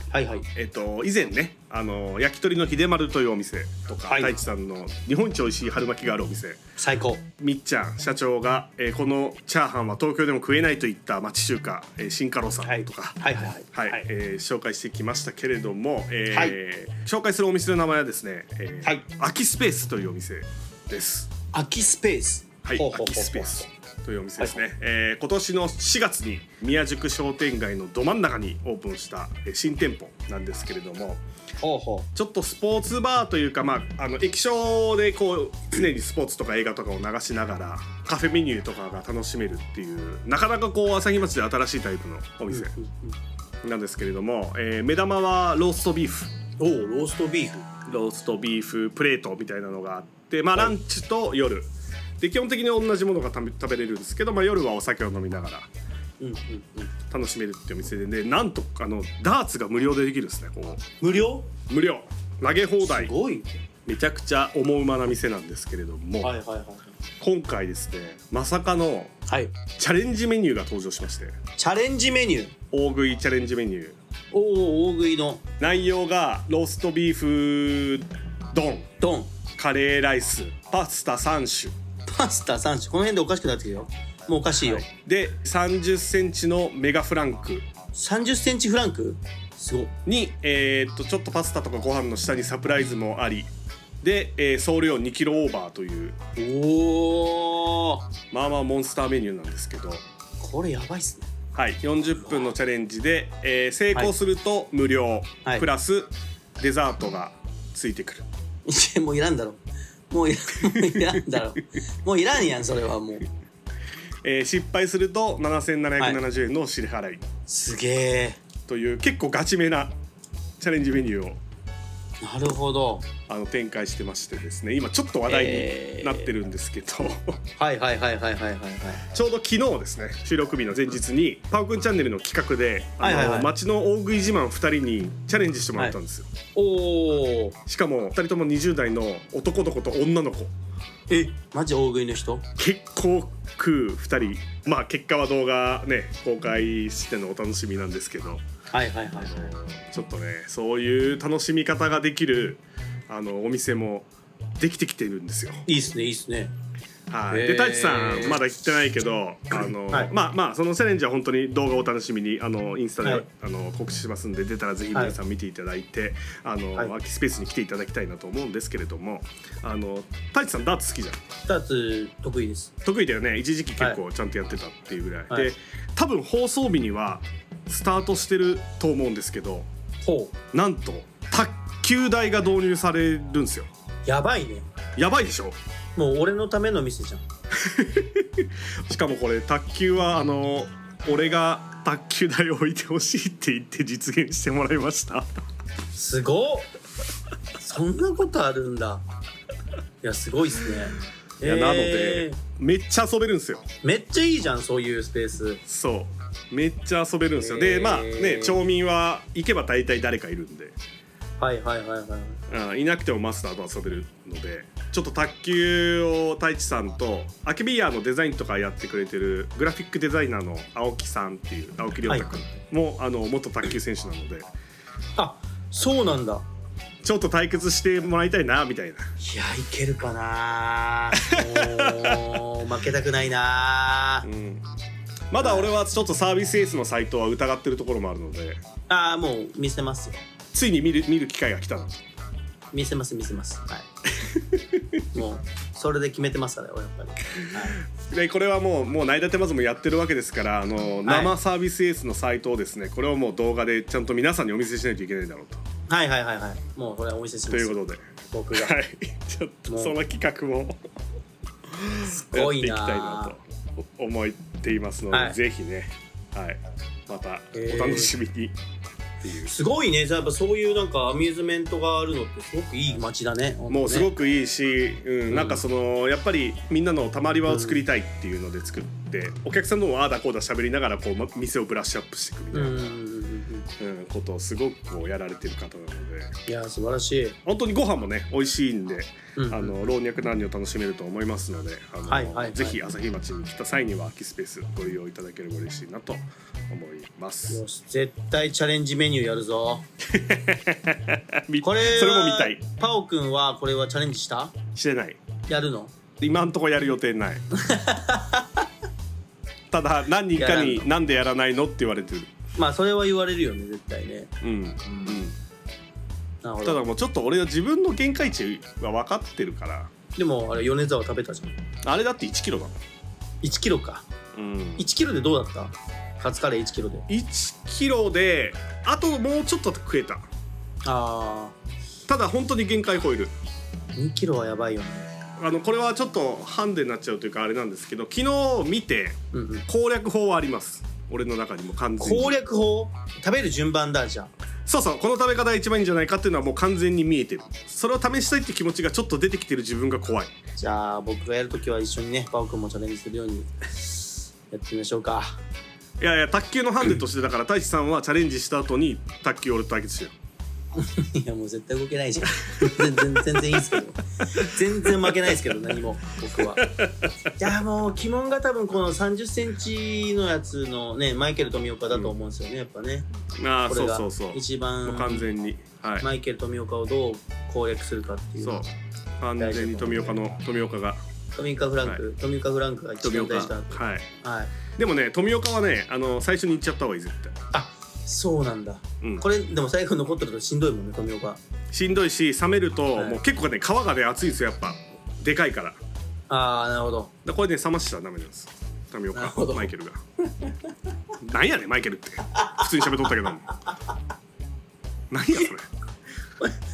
[SPEAKER 2] はいはい
[SPEAKER 1] えっと、以前ねあの焼き鳥の秀丸というお店とか、
[SPEAKER 2] はい
[SPEAKER 1] 太一さんの日本一美味しい春巻きがあるお店
[SPEAKER 2] 最高
[SPEAKER 1] みっちゃん社長が、えーこのチャーハンは東京でも食えないといった町中華、えー新華楼さ
[SPEAKER 2] はい
[SPEAKER 1] んとか、
[SPEAKER 2] はいはいはい
[SPEAKER 1] はい
[SPEAKER 2] はい
[SPEAKER 1] えー紹介してきましたけれども、えー
[SPEAKER 2] はい
[SPEAKER 1] 紹介するお店の名前はですね、えー
[SPEAKER 2] はい
[SPEAKER 1] 空きスペースというお店です。
[SPEAKER 2] 空きスペース
[SPEAKER 1] はい、
[SPEAKER 2] ほう
[SPEAKER 1] 空
[SPEAKER 2] ほうほうほう
[SPEAKER 1] きスペースというお店ですね、
[SPEAKER 2] はい
[SPEAKER 1] えー今年の4月に宮宿商店街のど真ん中にオープンした、えー新店舗なんですけれども、
[SPEAKER 2] ほうほ
[SPEAKER 1] ちょっとスポーツバーというか、まあ、あの液晶でこう常にスポーツとか映画とかを流しながらカフェメニューとかが楽しめるっていうなかなかこう朝日町で新しいタイプのお
[SPEAKER 2] う
[SPEAKER 1] 店
[SPEAKER 2] うんうん
[SPEAKER 1] なんですけれども、えー目玉はローストビーフ
[SPEAKER 2] おうローストビーフ
[SPEAKER 1] ローストビーフプレートみたいなのがあって、まあ、ランチと夜で基本的に同じものが食べ食べれるんですけど、まあ、夜はお酒を飲みながら
[SPEAKER 2] うんうんうん
[SPEAKER 1] 楽しめるっていうお店で、ね、なんとあのダーツが無料でできるんですねこ
[SPEAKER 2] 無料
[SPEAKER 1] う無料投げ放題
[SPEAKER 2] すごい
[SPEAKER 1] めちゃくちゃ思うまな店なんですけれども、
[SPEAKER 2] はいはいはい
[SPEAKER 1] 今回ですねまさかの
[SPEAKER 2] はい
[SPEAKER 1] チャレンジメニューが登場しまして
[SPEAKER 2] チャレンジメニュー
[SPEAKER 1] 大食いチャレンジメニュー
[SPEAKER 2] おお大食いの
[SPEAKER 1] 内容がローストビーフ丼
[SPEAKER 2] ドン
[SPEAKER 1] カレーライスパスタ3種
[SPEAKER 2] パスタ3種この辺でおかしくなってくるよもうおかしいよ、
[SPEAKER 1] で3 0ンチのメガフランク
[SPEAKER 2] 30センチフランクすごっ
[SPEAKER 1] に、えーっとちょっとパスタとかご飯の下にサプライズもありで、えー総量2キロオーバーという
[SPEAKER 2] おー
[SPEAKER 1] まあまあモンスターメニューなんですけど、
[SPEAKER 2] これやばいっすね
[SPEAKER 1] はい、40分のチャレンジで、えー成功すると無料、
[SPEAKER 2] はい
[SPEAKER 1] プラスデザートがついてくる
[SPEAKER 2] いやもういらんだろもういらんもういらんだろもういらんやんそれはもう
[SPEAKER 1] えー失敗すると7770円のお支払い
[SPEAKER 2] すげえ
[SPEAKER 1] という、結構ガチめなチャレンジメニューを
[SPEAKER 2] なるほど
[SPEAKER 1] あの展開してましてですね今ちょっと話題になってるんですけど、
[SPEAKER 2] はいはいはいはいはいはいはい
[SPEAKER 1] ちょうど昨日ですね収録日の前日に「パオくんチャンネル」の企画で、
[SPEAKER 2] はいはいはい
[SPEAKER 1] あの町の大食い自慢2人にチャレンジしてもらったんですよ、
[SPEAKER 2] おお
[SPEAKER 1] しかも2人とも20代の男の子と女の子
[SPEAKER 2] えマジ大食いの人
[SPEAKER 1] 結構食う2人まあ結果は動画ね公開してのお楽しみなんですけど
[SPEAKER 2] はいはいはいはい
[SPEAKER 1] ちょっとねそういう楽しみ方ができるあのお店もできてきてるんですよ。
[SPEAKER 2] いいっすねいいっすね
[SPEAKER 1] はい、
[SPEAKER 2] へ
[SPEAKER 1] で
[SPEAKER 2] ー
[SPEAKER 1] 太一さんまだ行ってないけどあの、
[SPEAKER 2] はい
[SPEAKER 1] まあまあそのチャレンジは本当に動画をお楽しみにあのインスタで、
[SPEAKER 2] はい
[SPEAKER 1] あの告知しますんで出たらぜひ皆さん見ていただいて、あの
[SPEAKER 2] はい
[SPEAKER 1] 空きスペースに来ていただきたいなと思うんですけれどもあの太一さんダーツ好きじゃん
[SPEAKER 2] 2つ得意です
[SPEAKER 1] 得意だよね一時期結構ちゃんとやってたっていうぐらい、
[SPEAKER 2] はい
[SPEAKER 1] で多分放送日にはスタートしてると思うんですけど
[SPEAKER 2] ほう
[SPEAKER 1] なんと卓球台が導入されるんですよ
[SPEAKER 2] やばいね
[SPEAKER 1] やばいでしょ
[SPEAKER 2] もう俺のための店じゃん
[SPEAKER 1] しかもこれ卓球はあの俺が卓球台を置いてほしいって言って実現して <laughs> もらいました
[SPEAKER 2] すごっそんなことあるんだいやすごいっすね
[SPEAKER 1] いや
[SPEAKER 2] えー
[SPEAKER 1] なのでめっちゃ遊べるんですよ
[SPEAKER 2] めっちゃいいじゃんそういうスペース
[SPEAKER 1] そうめっちゃ遊べるんですよ
[SPEAKER 2] へ
[SPEAKER 1] で
[SPEAKER 2] ー
[SPEAKER 1] まあね町民は行けば大体誰かいるんで、
[SPEAKER 2] はいはいはいはい
[SPEAKER 1] うん、いなくてもマスターと遊べるのでちょっと卓球を太一さんとアケビアのデザインとかやってくれてるグラフィックデザイナーの青木さんっていう青木亮太君も、あの元卓球選手なので
[SPEAKER 2] あそうなんだ
[SPEAKER 1] ちょっと対決してもらいたいなみたいない
[SPEAKER 2] やいける
[SPEAKER 1] <laughs>
[SPEAKER 2] かなもう負けたくないな
[SPEAKER 1] うんまだ俺はちょっとサービスエースのサイトは疑ってるところもあるので
[SPEAKER 2] ああもう見せますよ
[SPEAKER 1] ついに見る見る機会が来たな
[SPEAKER 2] 見せます見せますは
[SPEAKER 1] <laughs>
[SPEAKER 2] いもうそれで決めてますからやっぱり、はい、
[SPEAKER 1] でこれはもうもう内田てまずもやってるわけですからあの生サービスエースのサイトをですねこれをもう動画でちゃんと皆さんにお見せしないといけないだろうと
[SPEAKER 2] はいはいはいはいもうこれはお見せし
[SPEAKER 1] と
[SPEAKER 2] ま
[SPEAKER 1] い
[SPEAKER 2] す
[SPEAKER 1] うことで
[SPEAKER 2] 僕が
[SPEAKER 1] はいちょっとその企画も
[SPEAKER 2] す
[SPEAKER 1] やっ
[SPEAKER 2] ご
[SPEAKER 1] てい
[SPEAKER 2] い
[SPEAKER 1] きたい
[SPEAKER 2] な
[SPEAKER 1] なとお思っていますので、
[SPEAKER 2] はい
[SPEAKER 1] ぜひね、はい、また
[SPEAKER 2] えー
[SPEAKER 1] お楽しみにっていう
[SPEAKER 2] すごいねじゃあやっぱそういうなんかアミューズメントがあるのってすごくいい街だね
[SPEAKER 1] もうす
[SPEAKER 2] く
[SPEAKER 1] ごくいいし、うん、なんかそのやっぱりみんなのたまり場を作りたいっていうので作って、お客さんの方はああだこうだ喋りながらこうま店をブラッシュアップしていくみた
[SPEAKER 2] う
[SPEAKER 1] い
[SPEAKER 2] ん
[SPEAKER 1] な、
[SPEAKER 2] う
[SPEAKER 1] うん
[SPEAKER 2] んうん
[SPEAKER 1] ことをすごくこうやられてる方なので
[SPEAKER 2] いや素晴らしい、
[SPEAKER 1] 本当にご飯もね美味しいんで、
[SPEAKER 2] うん、
[SPEAKER 1] あの老若男女楽しめると思いますのであの、
[SPEAKER 2] はいはいはい
[SPEAKER 1] ぜひ朝日町に来た際には空きスペースご利用いただければ嬉しいなと思います
[SPEAKER 2] よ。し絶対チャレンジメニューやるぞ
[SPEAKER 1] <laughs> み
[SPEAKER 2] これは
[SPEAKER 1] それも見たい
[SPEAKER 2] パオくんはこれはチャレンジした
[SPEAKER 1] してない
[SPEAKER 2] やるの
[SPEAKER 1] 今んとこやる予定 <laughs> ないただ何人か
[SPEAKER 2] やらん
[SPEAKER 1] に「なんでやらないの?」って言われてる
[SPEAKER 2] まあそれは言われるよね絶対ね
[SPEAKER 1] うん、うん、
[SPEAKER 2] なるほ
[SPEAKER 1] た
[SPEAKER 2] ど
[SPEAKER 1] だもうちょっと俺は自分の限界値は分かってるから
[SPEAKER 2] でもあれ米沢食べたじゃん
[SPEAKER 1] あれだって1キロだもん、
[SPEAKER 2] 1キロか
[SPEAKER 1] うん、
[SPEAKER 2] 1キロでどうだったカツカレー1キロで
[SPEAKER 1] 1キロであともうちょっと食えた
[SPEAKER 2] あ
[SPEAKER 1] ただ本当に限界超える
[SPEAKER 2] あ2キロはやばいよね
[SPEAKER 1] あのこれはちょっとハンデになっちゃうというかあれなんですけど昨日見て
[SPEAKER 2] うんうん
[SPEAKER 1] 攻略法はあります俺の中にも完全に
[SPEAKER 2] 攻略法食べる順番だじゃあ
[SPEAKER 1] そうそうこの食べ方が一番いいんじゃないかっていうのはもう完全に見えてるそれを試したいって気持ちがちょっと出てきてる自分が怖い
[SPEAKER 2] じゃあ僕がやるときは一緒にねパオくんもチャレンジするようにやってみましょうか
[SPEAKER 1] いやいや卓球のハンデとしてだから太一さんはチャレンジした後に卓球俺と対決してよ
[SPEAKER 2] いやもう絶対動けないじゃん全然全然いいですけど全然負けないですけど何も僕はいやもう鬼門が多分この3 0ンチのやつのねマイケル富岡だと思うんですよね、やっぱね
[SPEAKER 1] ああ
[SPEAKER 2] こ
[SPEAKER 1] そ
[SPEAKER 2] れ
[SPEAKER 1] う
[SPEAKER 2] が
[SPEAKER 1] そうそう
[SPEAKER 2] 一
[SPEAKER 1] も
[SPEAKER 2] 番
[SPEAKER 1] う完全にはい、
[SPEAKER 2] マイケル富岡をどう攻略するかっていう
[SPEAKER 1] そう完全に富岡の富岡が
[SPEAKER 2] 富岡フランク、富岡フランクが一
[SPEAKER 1] 富
[SPEAKER 2] 番
[SPEAKER 1] 岡
[SPEAKER 2] 大事だ
[SPEAKER 1] はい
[SPEAKER 2] はい
[SPEAKER 1] でもね富岡はねあの最初に行っちゃった方がいい絶対
[SPEAKER 2] あそうなんだ、
[SPEAKER 1] うん
[SPEAKER 2] これでも最後残ってるとしんどいもんね富岡
[SPEAKER 1] しんどいし冷めると、
[SPEAKER 2] はい
[SPEAKER 1] もう結構ね皮がね厚いんですよやっぱでかいから
[SPEAKER 2] ああなるほど
[SPEAKER 1] だこれね冷ましたらダメなんです神岡
[SPEAKER 2] なるほど
[SPEAKER 1] マイケルがなんやねんマイケルって普通に喋っとったけども何やそれ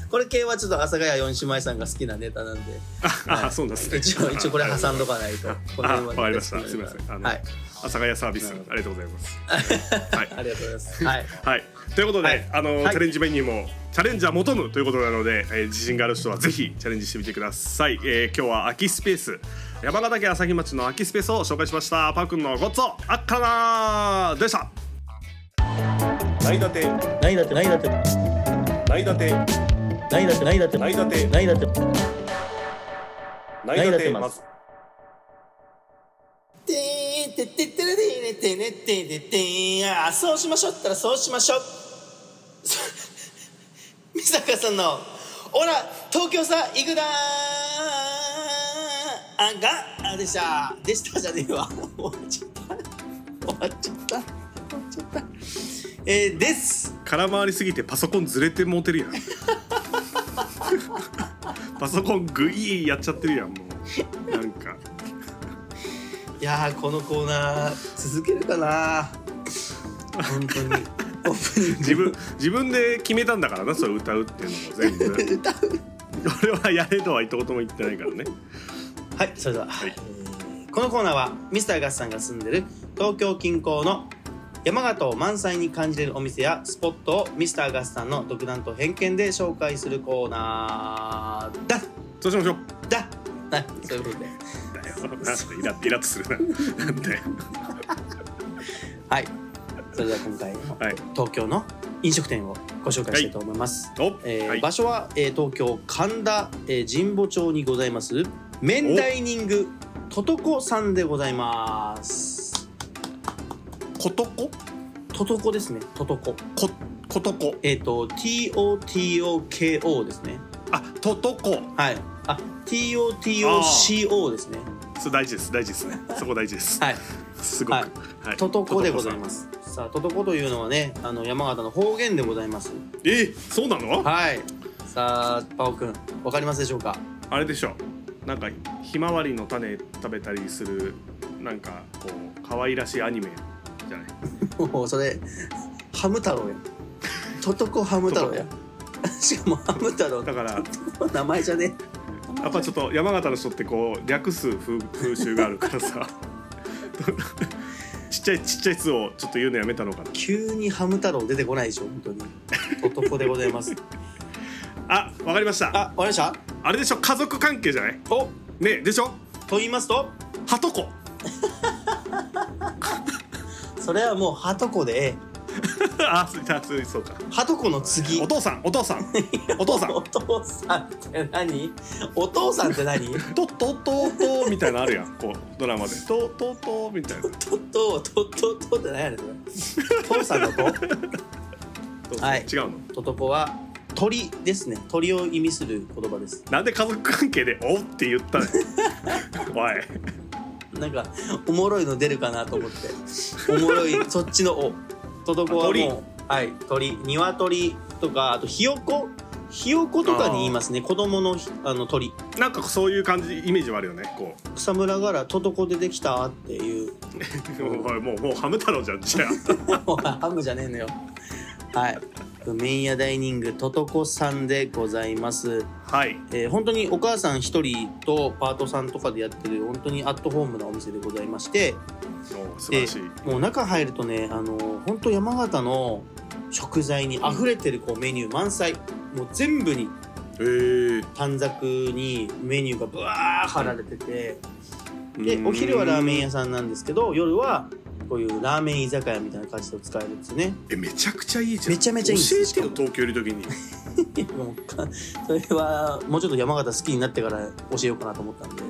[SPEAKER 2] これ系はちょっと阿佐ヶ谷四姉妹さんが好きなネタなんで
[SPEAKER 1] あ、 <laughs> あそうなんですね
[SPEAKER 2] 一応一応これ挟んどかないとこの
[SPEAKER 1] あ、
[SPEAKER 2] 辺は
[SPEAKER 1] わかりました。すみません。あの、
[SPEAKER 2] はい
[SPEAKER 1] 阿佐ヶ谷サービス、ありがとうござい
[SPEAKER 2] <laughs>
[SPEAKER 1] ます。はい。
[SPEAKER 2] ありがとうございますはい
[SPEAKER 1] はい、ということで、
[SPEAKER 2] はい
[SPEAKER 1] あの、
[SPEAKER 2] はい
[SPEAKER 1] チャレンジメニューもチャレンジャー求むということなので、えー自信がある人はぜひチャレンジしてみてください、えー今日は空きスペース山形県朝日町の空きスペースを紹介しましたパークンのごっつおあっかなーでした
[SPEAKER 4] ないだて
[SPEAKER 2] <laughs> ないだってないだってな
[SPEAKER 4] ないだて
[SPEAKER 2] いだってないだって
[SPEAKER 4] ないだて
[SPEAKER 2] ないだって
[SPEAKER 4] ないだ
[SPEAKER 2] ないだて
[SPEAKER 4] て
[SPEAKER 2] ま
[SPEAKER 4] ますす
[SPEAKER 2] てーてってってれでーねてねてねてーあーそうしましょうったらそうしましょうそ美坂さんの「オラ東京さ行くだーあがあでしたでしたじゃねえわ終わっちゃった終わっちゃった終わっちゃったえー、です
[SPEAKER 1] 空回りすぎてパソコンずれてもうて
[SPEAKER 2] <laughs>
[SPEAKER 1] るやんパソコングイーやっちゃってるやんもうなんか
[SPEAKER 2] いやーこのコーナー続けるかな本当にオープニング
[SPEAKER 1] 自分自分で決めたんだからなそれ歌うっていうのも全部
[SPEAKER 2] 歌う
[SPEAKER 1] 俺はやれとは一言も言ってないからね
[SPEAKER 2] はい、それでは、
[SPEAKER 1] い
[SPEAKER 2] えーこのコーナーはミスターガスさんが住んでる東京近郊の山形を満載に感じれるお店やスポットをミスターガスさんの独断と偏見で紹介するコーナーだ
[SPEAKER 1] そうしましょう
[SPEAKER 2] だはい、そういうことで
[SPEAKER 1] だよなんかイライラッとするななんで
[SPEAKER 2] はい、それでは今回の
[SPEAKER 1] はい
[SPEAKER 2] 東京の飲食店をご紹介したいと思います、
[SPEAKER 1] お、
[SPEAKER 2] えー
[SPEAKER 1] はい
[SPEAKER 2] 場所は、えー東京神田、えー神保町にございますメンダイニングととこさんでございます
[SPEAKER 1] ことこ
[SPEAKER 2] トトコですね。トトコ。
[SPEAKER 1] こことこ
[SPEAKER 2] えっ、と T O T O K O ですね。
[SPEAKER 1] あととこ
[SPEAKER 2] はい。あ T O T O C O ですね。
[SPEAKER 1] そう大事です大事ですねそこ大事です
[SPEAKER 2] はい。
[SPEAKER 1] すごく
[SPEAKER 2] は
[SPEAKER 1] はいい
[SPEAKER 2] トトコでござい
[SPEAKER 1] す
[SPEAKER 2] ます。さあトトコというのはね、あの山形の方言でございます。
[SPEAKER 1] えーそうなの
[SPEAKER 2] はい。さあパオくん、わかりますでしょうか。 <laughs>
[SPEAKER 1] あれでしょなんかひまわりの種食べたりするなんかこう可愛らしいアニメじゃない
[SPEAKER 2] もうそれハム太郎や。トトコハム太郎や。しかもハム太郎
[SPEAKER 1] だから
[SPEAKER 2] の名前じゃね。
[SPEAKER 1] やっぱちょっと山形の人ってこう略す風風習があるからさ <laughs> ちっちゃいちっちゃい「つ」をちょっと言うのやめたのかな
[SPEAKER 2] 急にハム太郎出てこないでしょ本当に。トトコでございます。
[SPEAKER 1] あわかりましたあ
[SPEAKER 2] あ、わかりました。
[SPEAKER 1] れでしょ家族関係じゃない
[SPEAKER 2] お、
[SPEAKER 1] ねでしょ
[SPEAKER 2] と言いますと。
[SPEAKER 1] はとこ <laughs>
[SPEAKER 2] それはもうハトコでえ
[SPEAKER 1] あすあすそうか
[SPEAKER 2] えハトコの次
[SPEAKER 1] お父さんお父さんお父さん
[SPEAKER 2] お父さんって何お父さんって何
[SPEAKER 1] とっとっとっとみたいなのあるやんこうドラマでととっとみたいな
[SPEAKER 2] とっととっととって何やねんそれ父さんのと
[SPEAKER 1] そう
[SPEAKER 2] はい
[SPEAKER 1] 違うの
[SPEAKER 2] ととこは鳥ですね鳥を意味する言葉です
[SPEAKER 1] なんで家族関係で「お」って言 <laughs> ったのおい
[SPEAKER 2] なんかおもろいの出るかなと思っておもろいそっちのおととこは
[SPEAKER 1] 鳥
[SPEAKER 2] もうはい鳥鶏とかあとひよこひよことかに言いますね子供のひあの鳥
[SPEAKER 1] なんかそういう感じイメージはあるよねこう
[SPEAKER 2] 草むらからととこ出てきたっていう
[SPEAKER 1] おいもうもうハム太郎じゃんじゃあ
[SPEAKER 2] もう <laughs> ハムじゃねえのよ。はい。麺屋ダイニングととこさんでございます。
[SPEAKER 1] はい
[SPEAKER 2] えー本当にお母さん一人とパートさんとかでやってる本当にアットホームなお店でございまして、
[SPEAKER 1] お素晴らしい、
[SPEAKER 2] もう中入るとね、あのー本当山形の食材に溢れてるこうメニュー満載。もう全部に
[SPEAKER 1] えー
[SPEAKER 2] 短冊にメニューがブワー貼られてて、で
[SPEAKER 1] うーん
[SPEAKER 2] お昼はラーメン屋さんなんですけど、夜はこういうラーメン居酒屋みたいな感じで使えるんですよね。
[SPEAKER 1] えめちゃくちゃいいじゃん
[SPEAKER 2] めちゃめちゃいいんです
[SPEAKER 1] 教え
[SPEAKER 2] してかも
[SPEAKER 1] よ東京いる時に
[SPEAKER 2] いやもうかそれはもうちょっと山形好きになってから教えようかなと思ったんで、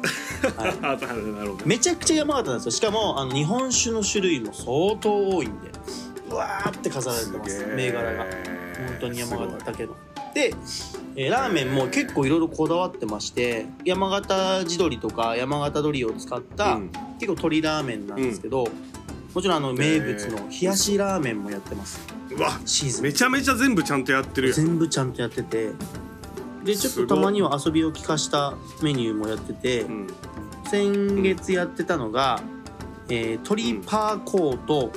[SPEAKER 2] はい、
[SPEAKER 1] あなるほどね
[SPEAKER 2] めちゃくちゃ山形なんですよしかもあの日本酒の種類も相当多いんでうわーって飾られてます銘柄が本当に山形だけどで、えーラーメンも結構いろいろこだわってまして山形地鶏とか山形鶏を使った、
[SPEAKER 1] うん
[SPEAKER 2] 結構鶏ラーメンなんですけど、もちろんあの名物の冷やしラーメンもやってます
[SPEAKER 1] うわ
[SPEAKER 2] シーズン
[SPEAKER 1] めちゃめちゃ全部ちゃんとやってるよ
[SPEAKER 2] 全部ちゃんとやっててでちょっとたまには遊びを利かしたメニューもやってて、
[SPEAKER 1] うん
[SPEAKER 2] 先月やってたのが、えー鶏パーコーと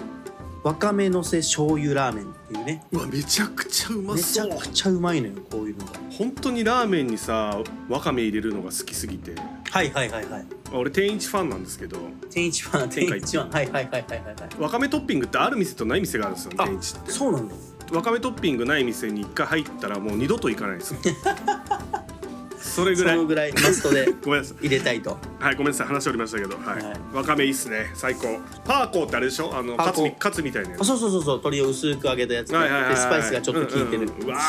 [SPEAKER 2] わかめのせ醤油ラーメンっていうね
[SPEAKER 1] うわめちゃくちゃうま
[SPEAKER 2] めち
[SPEAKER 1] そ
[SPEAKER 2] ゃ
[SPEAKER 1] う
[SPEAKER 2] くちゃうまいのよこういうのが
[SPEAKER 1] 本当にラーメンにさわかめ入れるのが好きすぎて
[SPEAKER 2] はいはいはいはい
[SPEAKER 1] あ俺天一ファンなんですけど
[SPEAKER 2] 天一番天
[SPEAKER 1] 一番
[SPEAKER 2] 一番はいはいはいはいはいはい
[SPEAKER 1] わかめトッピングってある店とない店があるんですよ天一って
[SPEAKER 2] そうなんだよ
[SPEAKER 1] わかめトッピングない店に一回入ったらもう二度と行かない
[SPEAKER 2] <laughs>
[SPEAKER 1] ですもんそれぐ
[SPEAKER 2] そ
[SPEAKER 1] らい
[SPEAKER 2] のぐらいマストで
[SPEAKER 1] ごめんなさい
[SPEAKER 2] 入れたいと
[SPEAKER 1] はい、ごめんなさい、話おりましたけど、はい、
[SPEAKER 2] はい
[SPEAKER 1] わかめいいっすね、最高。パーコーってあれでしょ、あの、
[SPEAKER 2] パ
[SPEAKER 1] カ
[SPEAKER 2] ーコ
[SPEAKER 1] ツ
[SPEAKER 2] ー
[SPEAKER 1] み、カツみたいなや
[SPEAKER 2] あ
[SPEAKER 1] つ。
[SPEAKER 2] そうそうそうそう鶏を薄く揚げたやつがあってスパイスがちょっと効いてる、
[SPEAKER 1] うんうんうんうわ
[SPEAKER 2] は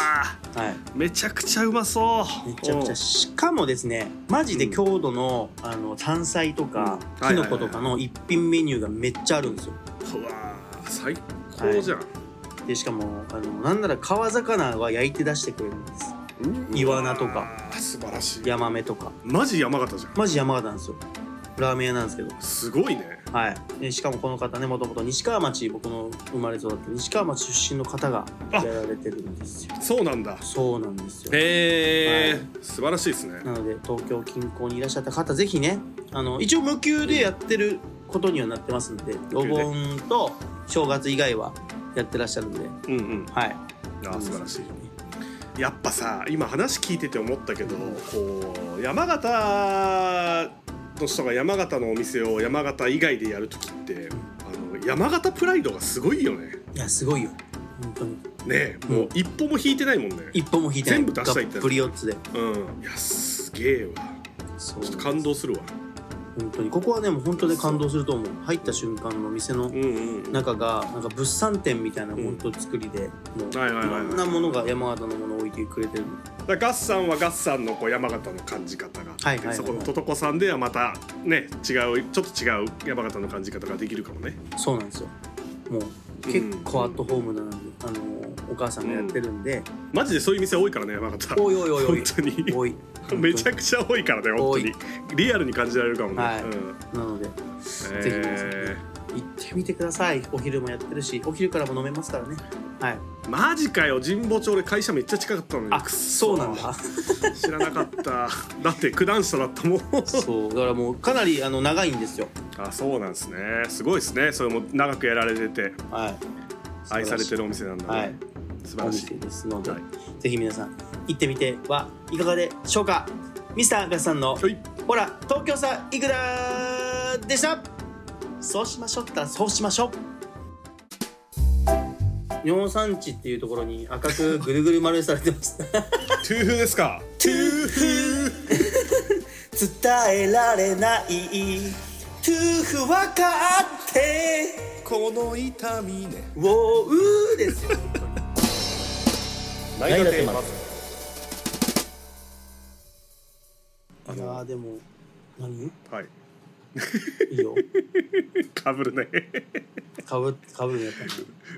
[SPEAKER 2] い
[SPEAKER 1] ーめちゃくちゃうまそう。
[SPEAKER 2] めちゃくちゃしかもですねマジで郷土の,、あの山菜とか、
[SPEAKER 1] うん
[SPEAKER 2] キノコとかの一品メニューがめっちゃあるんですよ
[SPEAKER 1] おうわー最高じゃん。
[SPEAKER 2] でしかもあのなんなら川魚は焼いて出してくれるんですイワナとか
[SPEAKER 1] あー。素晴らしい。
[SPEAKER 2] ヤマメとか
[SPEAKER 1] マジ山形じゃん。
[SPEAKER 2] マジ山形なんですよラーメン屋なんですけど
[SPEAKER 1] すごいね。
[SPEAKER 2] はいでしかもこの方ねもともと西川町僕の生まれ育った西川町出身の方が
[SPEAKER 1] あ
[SPEAKER 2] やられてるんですよ
[SPEAKER 1] そうなんだ。
[SPEAKER 2] そうなんですよ
[SPEAKER 1] へえ、
[SPEAKER 2] は
[SPEAKER 1] 素晴らしいですね。
[SPEAKER 2] なので東京近郊にいらっしゃった方ぜひねあの一応無給でやってることにはなってますんでお
[SPEAKER 1] 無給で
[SPEAKER 2] 盆と正月以外はやってらっしゃるんで
[SPEAKER 1] うんうん。
[SPEAKER 2] はい
[SPEAKER 1] あー素晴らしい。やっぱさ今話聞いてて思ったけど、こう山形の人が山形のお店を山形以外でやる時ってあの山形プライドがすごいよね
[SPEAKER 2] いやすごいよ本当に
[SPEAKER 1] ねえもう
[SPEAKER 2] うん
[SPEAKER 1] 一歩も引いてないもんね、
[SPEAKER 2] 一歩も引いてない
[SPEAKER 1] 全部出したいって
[SPEAKER 2] ガップリ4つで
[SPEAKER 1] うんいやすげえわ
[SPEAKER 2] そ
[SPEAKER 1] ちょっと感動するわ
[SPEAKER 2] 本当にここはねもう本当で感動すると思う入った瞬間の店の
[SPEAKER 1] うんうんうん
[SPEAKER 2] 中がなんか物産展みたいな
[SPEAKER 1] うん
[SPEAKER 2] 本当作りで、もうい
[SPEAKER 1] はいはいはいはい
[SPEAKER 2] ろんなものが山形のものを置いてくれてる
[SPEAKER 1] だからガッサンはガッサンのこう山形の感じ方があって、
[SPEAKER 2] はいはいはい
[SPEAKER 1] そこのととこさんではまたね違うちょっと違う山形の感じ方ができるかもね
[SPEAKER 2] そうなんですよもう結構アットホームなので、あのお母さんがやってるんで、
[SPEAKER 1] マジでそういう店多いからね山形
[SPEAKER 2] おいおいおいおい
[SPEAKER 1] 本当に
[SPEAKER 2] 多い
[SPEAKER 1] <laughs> めちゃ
[SPEAKER 2] ち
[SPEAKER 1] くちゃ多いからね本当にリアルに感じられるかもね、
[SPEAKER 2] はい
[SPEAKER 1] うん
[SPEAKER 2] ゃなので
[SPEAKER 1] え
[SPEAKER 2] ぜひ皆さんね行ってみてくださいお昼もやってるしお昼からも飲めますからねはい
[SPEAKER 1] ーマジかよ神保町俺会社めっちゃ近かったのに
[SPEAKER 2] あそうなんだ
[SPEAKER 1] 知らなかった <laughs> だって九段下だったもん
[SPEAKER 2] そうだからもうかなりあの長いんですよ
[SPEAKER 1] あそうなんですねすごいですねそれも長くやられてて
[SPEAKER 2] はい
[SPEAKER 1] 愛されてるお店なんだね、
[SPEAKER 2] はい
[SPEAKER 1] 素晴
[SPEAKER 2] お
[SPEAKER 1] らし
[SPEAKER 2] 店
[SPEAKER 1] い
[SPEAKER 2] ですので、
[SPEAKER 1] はい
[SPEAKER 2] ぜひ皆さん行ってみてはいかがでしょうかミスターガスさんの
[SPEAKER 1] はい
[SPEAKER 2] 「ほら東京さいくら」でしたそうしましょうったらそうしましょう尿酸値っていうところに赤く <laughs> ぐるぐる丸されてます <laughs>
[SPEAKER 1] トゥーフーですかトゥーフー
[SPEAKER 2] 伝えられないトゥーフ分かって
[SPEAKER 4] この痛みね
[SPEAKER 2] ウォーですよ
[SPEAKER 4] 内田亭
[SPEAKER 1] あ
[SPEAKER 2] い
[SPEAKER 1] の
[SPEAKER 2] やーでも何い
[SPEAKER 1] はい
[SPEAKER 2] い <laughs> よ
[SPEAKER 1] かぶるね <laughs>
[SPEAKER 2] かぶかぶるのやったね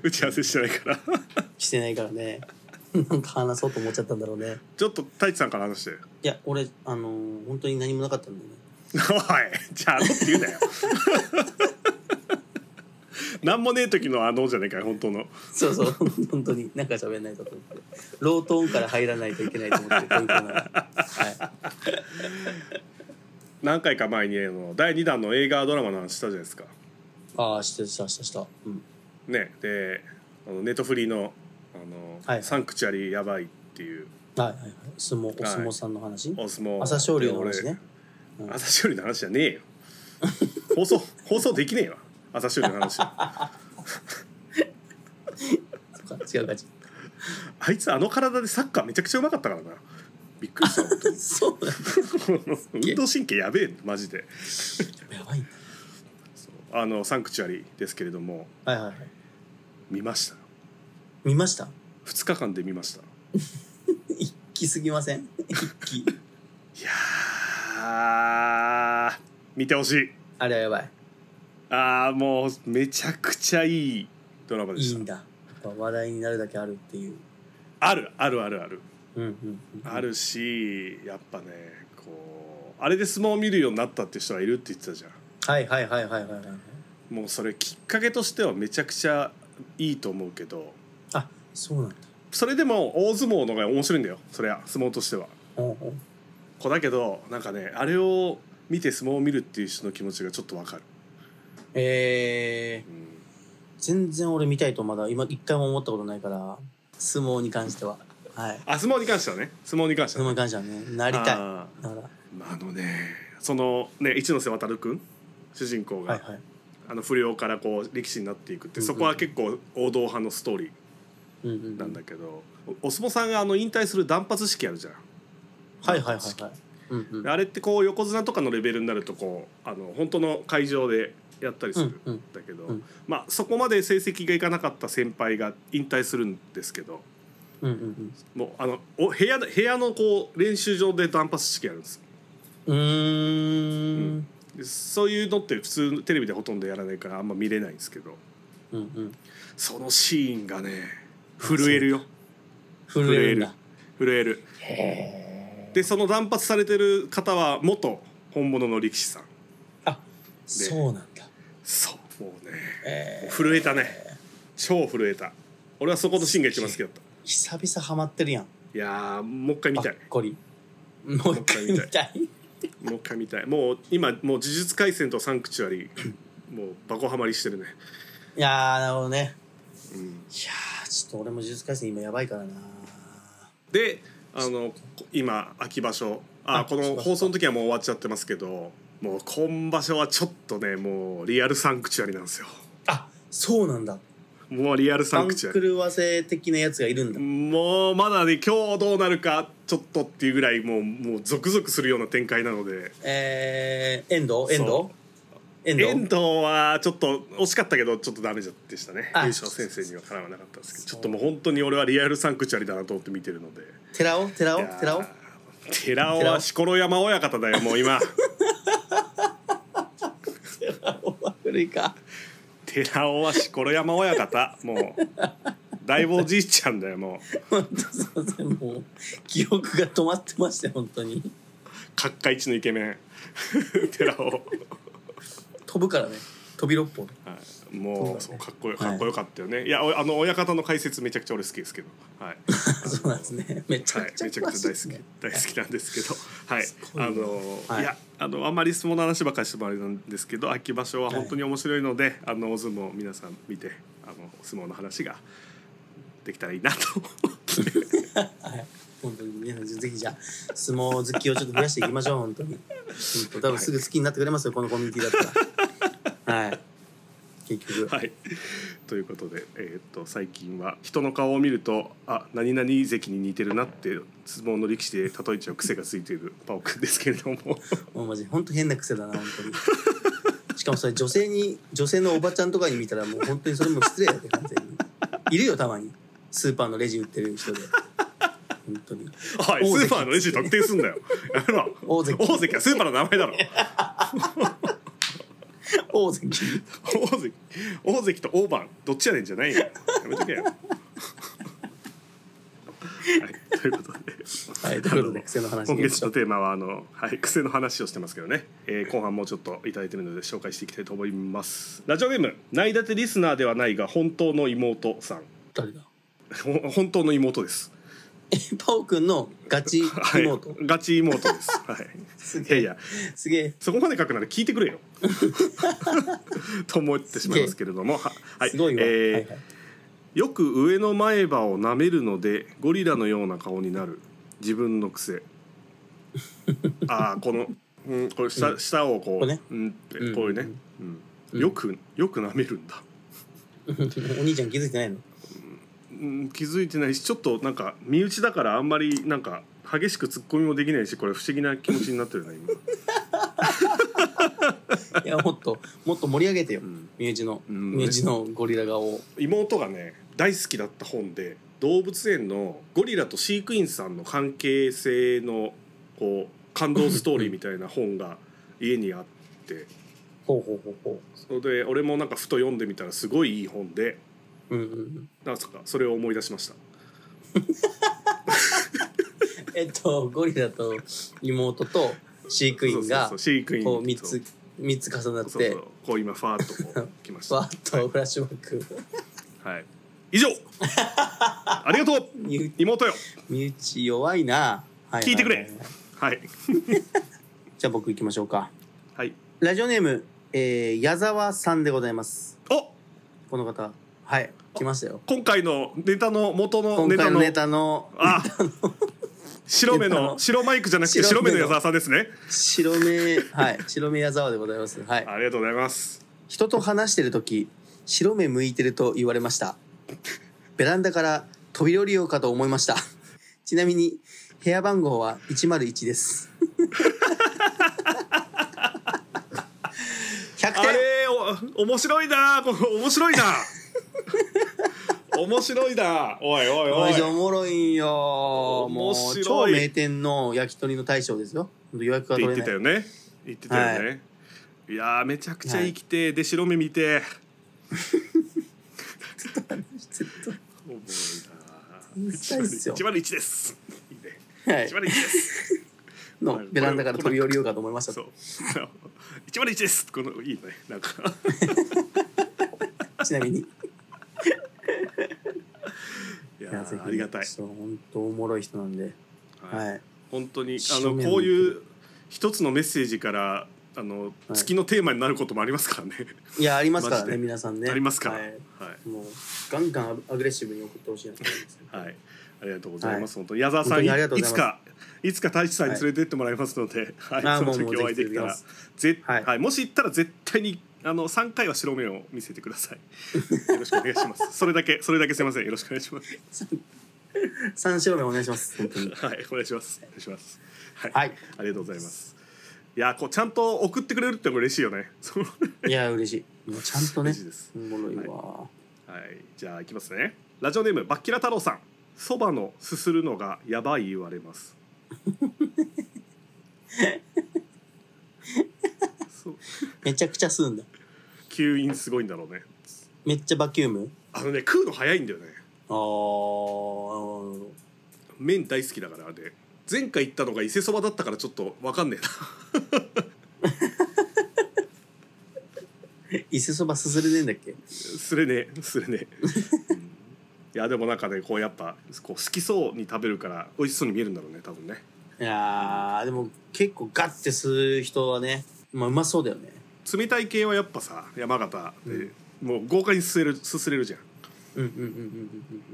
[SPEAKER 1] 打ち合わせしてないから <laughs>
[SPEAKER 2] してないからね <laughs> なんか話そうと思っちゃったんだろうね
[SPEAKER 1] ちょっと太一さんから話して
[SPEAKER 2] いや俺あのー本当に何もなかったんだよね
[SPEAKER 1] おいじゃああのって言うな
[SPEAKER 2] <laughs>
[SPEAKER 1] よなんもねえ時のあのじゃねえかよ本当の
[SPEAKER 2] そうそう本当になんか喋んないとと思ってロートーンから入らないといけないと思って勉強ならは
[SPEAKER 1] 何回か前にあの第2弾の映画ドラマの話したじゃないですか
[SPEAKER 2] いああしてしたしたしたうん
[SPEAKER 1] ねであのネットフリーの「あの
[SPEAKER 2] はい
[SPEAKER 1] サンクチュアリやばい」っていう
[SPEAKER 2] はいはいはい相撲お相撲さんの話、
[SPEAKER 1] お相撲
[SPEAKER 2] 朝青龍の話ね
[SPEAKER 1] 俺朝青龍の話じゃねえ
[SPEAKER 2] <laughs>
[SPEAKER 1] よ放送放送できねえわ朝青龍の話あ
[SPEAKER 2] そっか違うか違 <laughs> う
[SPEAKER 1] いつあの体でサッカーめちゃくちゃうまかったからなびっくりした
[SPEAKER 2] <laughs>
[SPEAKER 1] 本当に
[SPEAKER 2] そうなん
[SPEAKER 1] 運動神経やべえマジで
[SPEAKER 2] だやばいん
[SPEAKER 1] あのサンクチュアリですけれども
[SPEAKER 2] だはいはいはい
[SPEAKER 1] 見ました
[SPEAKER 2] 見ました
[SPEAKER 1] 2日間で見ました
[SPEAKER 2] 一気すぎません一気
[SPEAKER 1] いやー見てほしい
[SPEAKER 2] あれはやばい
[SPEAKER 1] ああもうめちゃくちゃいいドラマで
[SPEAKER 2] い
[SPEAKER 1] し
[SPEAKER 2] い
[SPEAKER 1] た
[SPEAKER 2] んだやっぱ話題になるだけあるっていう
[SPEAKER 1] あるあるあるある
[SPEAKER 2] うんうん、うん、
[SPEAKER 1] あるしやっぱねこうあれで相撲を見るようになったって人がいるって言ってたじゃん
[SPEAKER 2] はいはいはいはいはいはい
[SPEAKER 1] もうそれきっかけとしてはめちゃくちゃいいと思うけど
[SPEAKER 2] あそうなんだ
[SPEAKER 1] それでも大相撲の方が面白いんだよそりゃ相撲としては。
[SPEAKER 2] おうおう
[SPEAKER 1] こうだけどなんかねあれを見て相撲を見るっていう人の気持ちがちょっとわかる。
[SPEAKER 2] えー、全然俺見たいとまだ今一回も思ったことないから相撲に関してははい
[SPEAKER 1] あ相撲に関してはね相撲に関して
[SPEAKER 2] 相
[SPEAKER 1] は、ね
[SPEAKER 2] 撲に、関してはねなりたいだか
[SPEAKER 1] あ
[SPEAKER 2] ら
[SPEAKER 1] ーまああのねそのね一ノ瀬航君主人公が、
[SPEAKER 2] はいはい
[SPEAKER 1] あの不良からこう力士になっていくって、
[SPEAKER 2] うんうん
[SPEAKER 1] そこは結構王道派のストーリ
[SPEAKER 2] うんうんうん
[SPEAKER 1] ーなんだけど、おお相撲さんがあの引退する断髪式あるじゃん。
[SPEAKER 2] はいはいはいはいうんうん
[SPEAKER 1] あれってこう横綱とかのレベルになるとこうあの本当の会場でやったりするん
[SPEAKER 2] うんうん
[SPEAKER 1] だけど、
[SPEAKER 2] うん
[SPEAKER 1] まあ、そこまで成績がいかなかった先輩が引退するんですけど
[SPEAKER 2] うんうん
[SPEAKER 1] もうあのお部屋部屋のこう練習場で断髪式やるんです
[SPEAKER 2] うんうーん
[SPEAKER 1] でそういうのって普通テレビでほとんどやらないからあんま見れないんですけど
[SPEAKER 2] うんうん
[SPEAKER 1] そのシーンがね震えるよ
[SPEAKER 2] 震えるんだ
[SPEAKER 1] 震えるでその断髪されてる方は元本物の力士さん
[SPEAKER 2] あそうなんだ
[SPEAKER 1] そうもうね
[SPEAKER 2] えー
[SPEAKER 1] 震えたね超震えた俺はそこのシーンが一番好きだった
[SPEAKER 2] 久々ハマってるやん
[SPEAKER 1] いやーもう一回見
[SPEAKER 2] ば
[SPEAKER 1] た
[SPEAKER 2] っ
[SPEAKER 1] い
[SPEAKER 2] こりもう一回見たい
[SPEAKER 1] もう一回見たいもう今もう呪術廻戦とサンクチュアリーもうバコハマりしてるね
[SPEAKER 2] いやーなるほどね
[SPEAKER 1] うん
[SPEAKER 2] いやーちょっと俺も呪術廻戦今やばいからな
[SPEAKER 1] であのこ今秋場所あ
[SPEAKER 2] あ
[SPEAKER 1] この放送の時はもう終わっちゃってますけどもう今場所はちょっとねもうリアルサンクチュアリなんですよ
[SPEAKER 2] あそうなんだ
[SPEAKER 1] もうリアルサ
[SPEAKER 2] 番
[SPEAKER 1] ンクチュアリ
[SPEAKER 2] 狂わせ的なやつがいるんだ
[SPEAKER 1] もうまだね今日どうなるかちょっとっていうぐらいもうもうゾクゾクするような展開なので
[SPEAKER 2] えー、遠藤遠
[SPEAKER 1] そ
[SPEAKER 2] 藤遠藤
[SPEAKER 1] 遠藤はちょっと惜しかったけどちょっとダメでしたね
[SPEAKER 2] あ
[SPEAKER 1] 優勝先生にはかなわなかったんですけどちょっともう本当に俺はリアルサンクチュアリだなと思って見てるので
[SPEAKER 2] 寺尾寺尾寺尾
[SPEAKER 1] いやー寺尾は錣山親方だよもう今
[SPEAKER 2] 古いか
[SPEAKER 1] 寺尾は錣山親方もう大坊じいちゃんだよもう
[SPEAKER 2] 本当すいませんもう記憶が止まってまして本当に
[SPEAKER 1] 角界一のイケメン <laughs> 寺尾
[SPEAKER 2] 飛ぶからね飛び六本
[SPEAKER 1] はいもう
[SPEAKER 2] そ
[SPEAKER 1] そう
[SPEAKER 2] だね
[SPEAKER 1] うかっこよかっこよかったよね、い、やおあの親方の解説めちゃくちゃ俺好きですけどはい
[SPEAKER 2] そうなんですねめちゃ
[SPEAKER 1] はい
[SPEAKER 2] く、ち
[SPEAKER 1] <laughs>
[SPEAKER 2] ゃ
[SPEAKER 1] めちゃくちゃ大好き、大好きなんですけど、はい、あの、
[SPEAKER 2] はい
[SPEAKER 1] い、や、あの、あんまり相撲の話ばっかりしてもあれなんですけど、秋場所は本当に面白いので、あの、大相撲皆さん見て、あの、相撲の話ができたらいいなと。
[SPEAKER 2] はい本当に皆さんぜひじゃあ相撲好きをちょっと増やしていきましょう本当に本当多分すぐ好きになってくれますよ、このコミュニティだっ
[SPEAKER 1] <laughs>
[SPEAKER 2] たらはい結局、
[SPEAKER 1] はい。ということで、えーっと、最近は人の顔を見ると、あ、何々関に似てるなって、相撲の力士で例えちゃう癖がついているパオくんですけれど
[SPEAKER 2] <laughs>
[SPEAKER 1] も。
[SPEAKER 2] もうマジ本当変な癖だな本当にしかもそれ女性に女性のおばちゃんとかに見たらもう本当にそれも失礼だよ完全にいるよたまにスーパーのレジ売ってる人で本当に
[SPEAKER 1] はい、スーパーのレジ特定すんだよ。やめろ。
[SPEAKER 2] 大関
[SPEAKER 1] 大関はスーパーの名前だろ。
[SPEAKER 2] 大関
[SPEAKER 1] 大関大関と大番どっちやねんじゃないよやめとけよはいということで
[SPEAKER 2] はいということで癖の話
[SPEAKER 1] 今月のテーマはあの、はい、癖の話をしてますけどね、えー後半もうちょっといただいてるので紹介していきたいと思いますラジオゲーム「内立てリスナーではないが本当の妹さん <laughs>
[SPEAKER 2] 誰だ」
[SPEAKER 1] ほ本当の妹です
[SPEAKER 2] えパオくんのガチ
[SPEAKER 1] はい
[SPEAKER 2] 妹、
[SPEAKER 1] ガチ妹
[SPEAKER 2] <laughs>
[SPEAKER 1] ですはいいやいや
[SPEAKER 2] すげえ
[SPEAKER 1] そこまで書くなら聞いてくれ
[SPEAKER 2] <laughs>
[SPEAKER 1] よ <laughs> と思ってしまいますけれどもははい
[SPEAKER 2] すごいわ、
[SPEAKER 1] えー
[SPEAKER 2] はい <laughs> はい
[SPEAKER 1] よく上の前歯を舐めるのでゴリラのような顔になる自分の癖
[SPEAKER 2] <laughs>
[SPEAKER 1] ああこの、うん、これ下,、
[SPEAKER 2] うん
[SPEAKER 1] 下をこ
[SPEAKER 2] こ
[SPEAKER 1] う、
[SPEAKER 2] れね
[SPEAKER 1] うんってこういうね、うん
[SPEAKER 2] うん
[SPEAKER 1] よくよく舐めるんだ、
[SPEAKER 2] お兄ちゃん気づいてないの
[SPEAKER 1] うん、気づいてないしちょっとなんか身内だからあんまりなんか激しく突っ込みもできないしこれ不思議な気持ちになってるな今、
[SPEAKER 2] いやもっともっと盛り上げてよ
[SPEAKER 1] うん
[SPEAKER 2] 身内の
[SPEAKER 1] うん
[SPEAKER 2] 身内のゴリラ顔を
[SPEAKER 1] 妹がね大好きだった本で動物園のゴリラと飼育員さんの関係性のこう感動ストーリーみたいな本が家にあって
[SPEAKER 2] ほうほうほうほ
[SPEAKER 1] それで俺もなんかふと読んでみたらすごいいい本で
[SPEAKER 2] ううんうんうん
[SPEAKER 1] なんかそれを思い出しました
[SPEAKER 2] <laughs> えっとゴリラと妹と飼育員
[SPEAKER 1] そうそう
[SPEAKER 2] が
[SPEAKER 1] そう飼育員
[SPEAKER 2] こう三つ3つ重なっ
[SPEAKER 1] そう
[SPEAKER 2] て
[SPEAKER 1] そうこう今ファーっとこう来ました
[SPEAKER 2] わーっとフラッシュバック
[SPEAKER 1] はい以上ありがとう
[SPEAKER 2] 身内
[SPEAKER 1] 妹よ
[SPEAKER 2] 身内弱いな、ははは
[SPEAKER 1] 聞いてくれはい
[SPEAKER 2] じゃあ僕行きましょうか
[SPEAKER 1] はい
[SPEAKER 2] ラジオネーム、えー、矢沢さんでございます
[SPEAKER 1] お
[SPEAKER 2] この方はい来ましたよ
[SPEAKER 1] 今回のネタの元のネ
[SPEAKER 2] 今
[SPEAKER 1] タ
[SPEAKER 2] 回の
[SPEAKER 1] の
[SPEAKER 2] ネタの
[SPEAKER 1] あ白目
[SPEAKER 2] ネタ
[SPEAKER 1] の
[SPEAKER 2] の
[SPEAKER 1] 白マイクじゃなくて白
[SPEAKER 2] 白目
[SPEAKER 1] 目
[SPEAKER 2] の
[SPEAKER 1] の矢沢さんですね
[SPEAKER 2] 白目はい白目矢沢でございますはい
[SPEAKER 1] ありがとうございます
[SPEAKER 2] 人と話してる時白目向いてると言われましたベランダから飛び降りようかと思いましたちなみに部屋番号は101です100
[SPEAKER 1] あ
[SPEAKER 2] 点
[SPEAKER 1] れお面白いなこの面白いな
[SPEAKER 2] <laughs>
[SPEAKER 1] 面白いなおいおいお
[SPEAKER 2] お
[SPEAKER 1] い
[SPEAKER 2] いおもろいんよも
[SPEAKER 1] 面白
[SPEAKER 2] う
[SPEAKER 1] い
[SPEAKER 2] 超名店の焼き鳥の大将ですよほんと予約
[SPEAKER 1] っ
[SPEAKER 2] が
[SPEAKER 1] て言っ
[SPEAKER 2] 取
[SPEAKER 1] て
[SPEAKER 2] れ
[SPEAKER 1] た
[SPEAKER 2] ない
[SPEAKER 1] よね言ってたよね、い、やーめちゃくちゃ生きて、で白目見ておもろいな
[SPEAKER 2] 天才っすよ
[SPEAKER 1] 101ですいいね
[SPEAKER 2] はい
[SPEAKER 1] 101です
[SPEAKER 2] <laughs> のベランダから飛び降りようかと思いました
[SPEAKER 1] そ
[SPEAKER 2] と
[SPEAKER 1] う101ですこのいいねなんか
[SPEAKER 2] ちなみに
[SPEAKER 1] いや
[SPEAKER 2] いやぜひ
[SPEAKER 1] ーありがたい、
[SPEAKER 2] そう本当おもろい人なんで
[SPEAKER 1] はい
[SPEAKER 2] はい
[SPEAKER 1] 本当にあ
[SPEAKER 2] 白
[SPEAKER 1] の
[SPEAKER 2] 目向いてる
[SPEAKER 1] こういう一つのメッセージからあの、
[SPEAKER 2] い
[SPEAKER 1] 月のテーマになることもありますからね
[SPEAKER 2] いやありますから
[SPEAKER 1] マジ
[SPEAKER 2] ね
[SPEAKER 1] で
[SPEAKER 2] 皆さんね
[SPEAKER 1] <laughs> ありますから
[SPEAKER 2] はい
[SPEAKER 1] はい、
[SPEAKER 2] もうガンガンアグレッシブに送ってほしいなと思います、ね
[SPEAKER 1] はい、ありがとうございます。本当に矢沢
[SPEAKER 2] 本
[SPEAKER 1] さ
[SPEAKER 2] 当
[SPEAKER 1] ん
[SPEAKER 2] にありがとう
[SPEAKER 1] い
[SPEAKER 2] ござい
[SPEAKER 1] つ
[SPEAKER 2] ます
[SPEAKER 1] かいつか太一さんに連れてってもらいますので、はい、
[SPEAKER 2] あー
[SPEAKER 1] その
[SPEAKER 2] もうもう
[SPEAKER 1] 時お会いできたら
[SPEAKER 2] ぜ
[SPEAKER 1] ぜ
[SPEAKER 2] はい
[SPEAKER 1] はい、もし行ったら絶対にあの三回は白目を見せてください。よろしくお願いします。それだけそれだけすみません。よろしくお願いします。
[SPEAKER 2] 三白目お願いします本当に
[SPEAKER 1] はい、お願いします。お願いします。はい、
[SPEAKER 2] はい
[SPEAKER 1] ありがとうございます。いやー、こうちゃんと送ってくれるって嬉しいよね。 <laughs> そう
[SPEAKER 2] いや嬉しいもうちゃんとね
[SPEAKER 1] 嬉しいです
[SPEAKER 2] おもろいわ、
[SPEAKER 1] はい、じゃあ行きますね。ラジオネームバッキラ太郎さん。そばのすするのがやばい言われます。そう
[SPEAKER 2] めちゃくちゃ吸うんだ
[SPEAKER 1] 吸引すごいんだろうね。
[SPEAKER 2] めっちゃバキューム
[SPEAKER 1] あのね食うの早いんだよね。
[SPEAKER 2] あー
[SPEAKER 1] 麺大好きだからで、前回行ったのが伊勢そばだったからちょっとわかんね
[SPEAKER 2] 伊勢そばすすれねえんだっけ
[SPEAKER 1] えな。 <laughs> すれねえすれねえ。うんいやでもなんかねこうやっぱこう好きそうに食べるから美味しそうに見えるんだろうね多分ね。
[SPEAKER 2] いやーでも結構ガッて吸う人はねまあうまそうだよね
[SPEAKER 1] 冷たい系はやっぱさ山形で、もう豪快にすすれるすすれるじゃん。
[SPEAKER 2] うんうんうんうんうん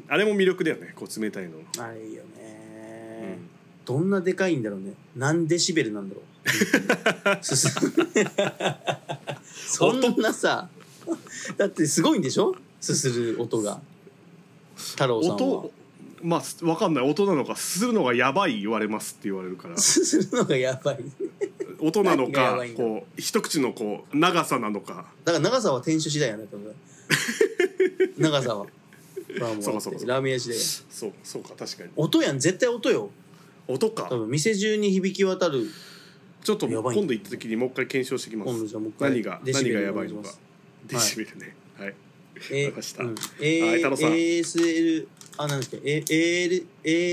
[SPEAKER 1] あれも魅力だよねこう冷たいの、
[SPEAKER 2] うんあれいいよね
[SPEAKER 1] う、ん
[SPEAKER 2] どんなでかいんだろうね何デシベルなんだろ
[SPEAKER 1] <laughs>
[SPEAKER 2] うすすそんなさだってすごいんでしょすする音が太郎さんは
[SPEAKER 1] 音まあすわかんない音なのかするのがやばい言われますって言われる
[SPEAKER 2] <laughs>
[SPEAKER 1] から
[SPEAKER 2] すするのがやばい
[SPEAKER 1] 音なの
[SPEAKER 2] 何がや
[SPEAKER 1] か
[SPEAKER 2] ばいんだ
[SPEAKER 1] こう一口のこう長さなのか
[SPEAKER 2] だから長さは店主次第やなと思
[SPEAKER 1] <laughs>
[SPEAKER 2] う長さはまあもう
[SPEAKER 1] そうかそうかそうか
[SPEAKER 2] ラーメン屋次第や
[SPEAKER 1] そうそうか確かに
[SPEAKER 2] 音やん絶対音よ
[SPEAKER 1] 音
[SPEAKER 2] 多
[SPEAKER 1] か
[SPEAKER 2] 分店中に響き渡る
[SPEAKER 1] ちょっと
[SPEAKER 2] や
[SPEAKER 1] 今
[SPEAKER 2] ばいんだ
[SPEAKER 1] 度行った時にもう一回検証してきま
[SPEAKER 2] 今度
[SPEAKER 1] す
[SPEAKER 2] じゃあもう一回
[SPEAKER 1] 何が
[SPEAKER 2] デシ
[SPEAKER 1] 何
[SPEAKER 2] ベ
[SPEAKER 1] が
[SPEAKER 2] ル
[SPEAKER 1] や
[SPEAKER 2] お
[SPEAKER 1] ば
[SPEAKER 2] 願い
[SPEAKER 1] い
[SPEAKER 2] し
[SPEAKER 1] の
[SPEAKER 2] ま
[SPEAKER 1] か
[SPEAKER 2] す
[SPEAKER 1] デシベルねはい
[SPEAKER 2] え
[SPEAKER 1] わかりました
[SPEAKER 2] う
[SPEAKER 1] は
[SPEAKER 2] ん、
[SPEAKER 1] い太郎さん
[SPEAKER 2] ASL あなんだっけえ AL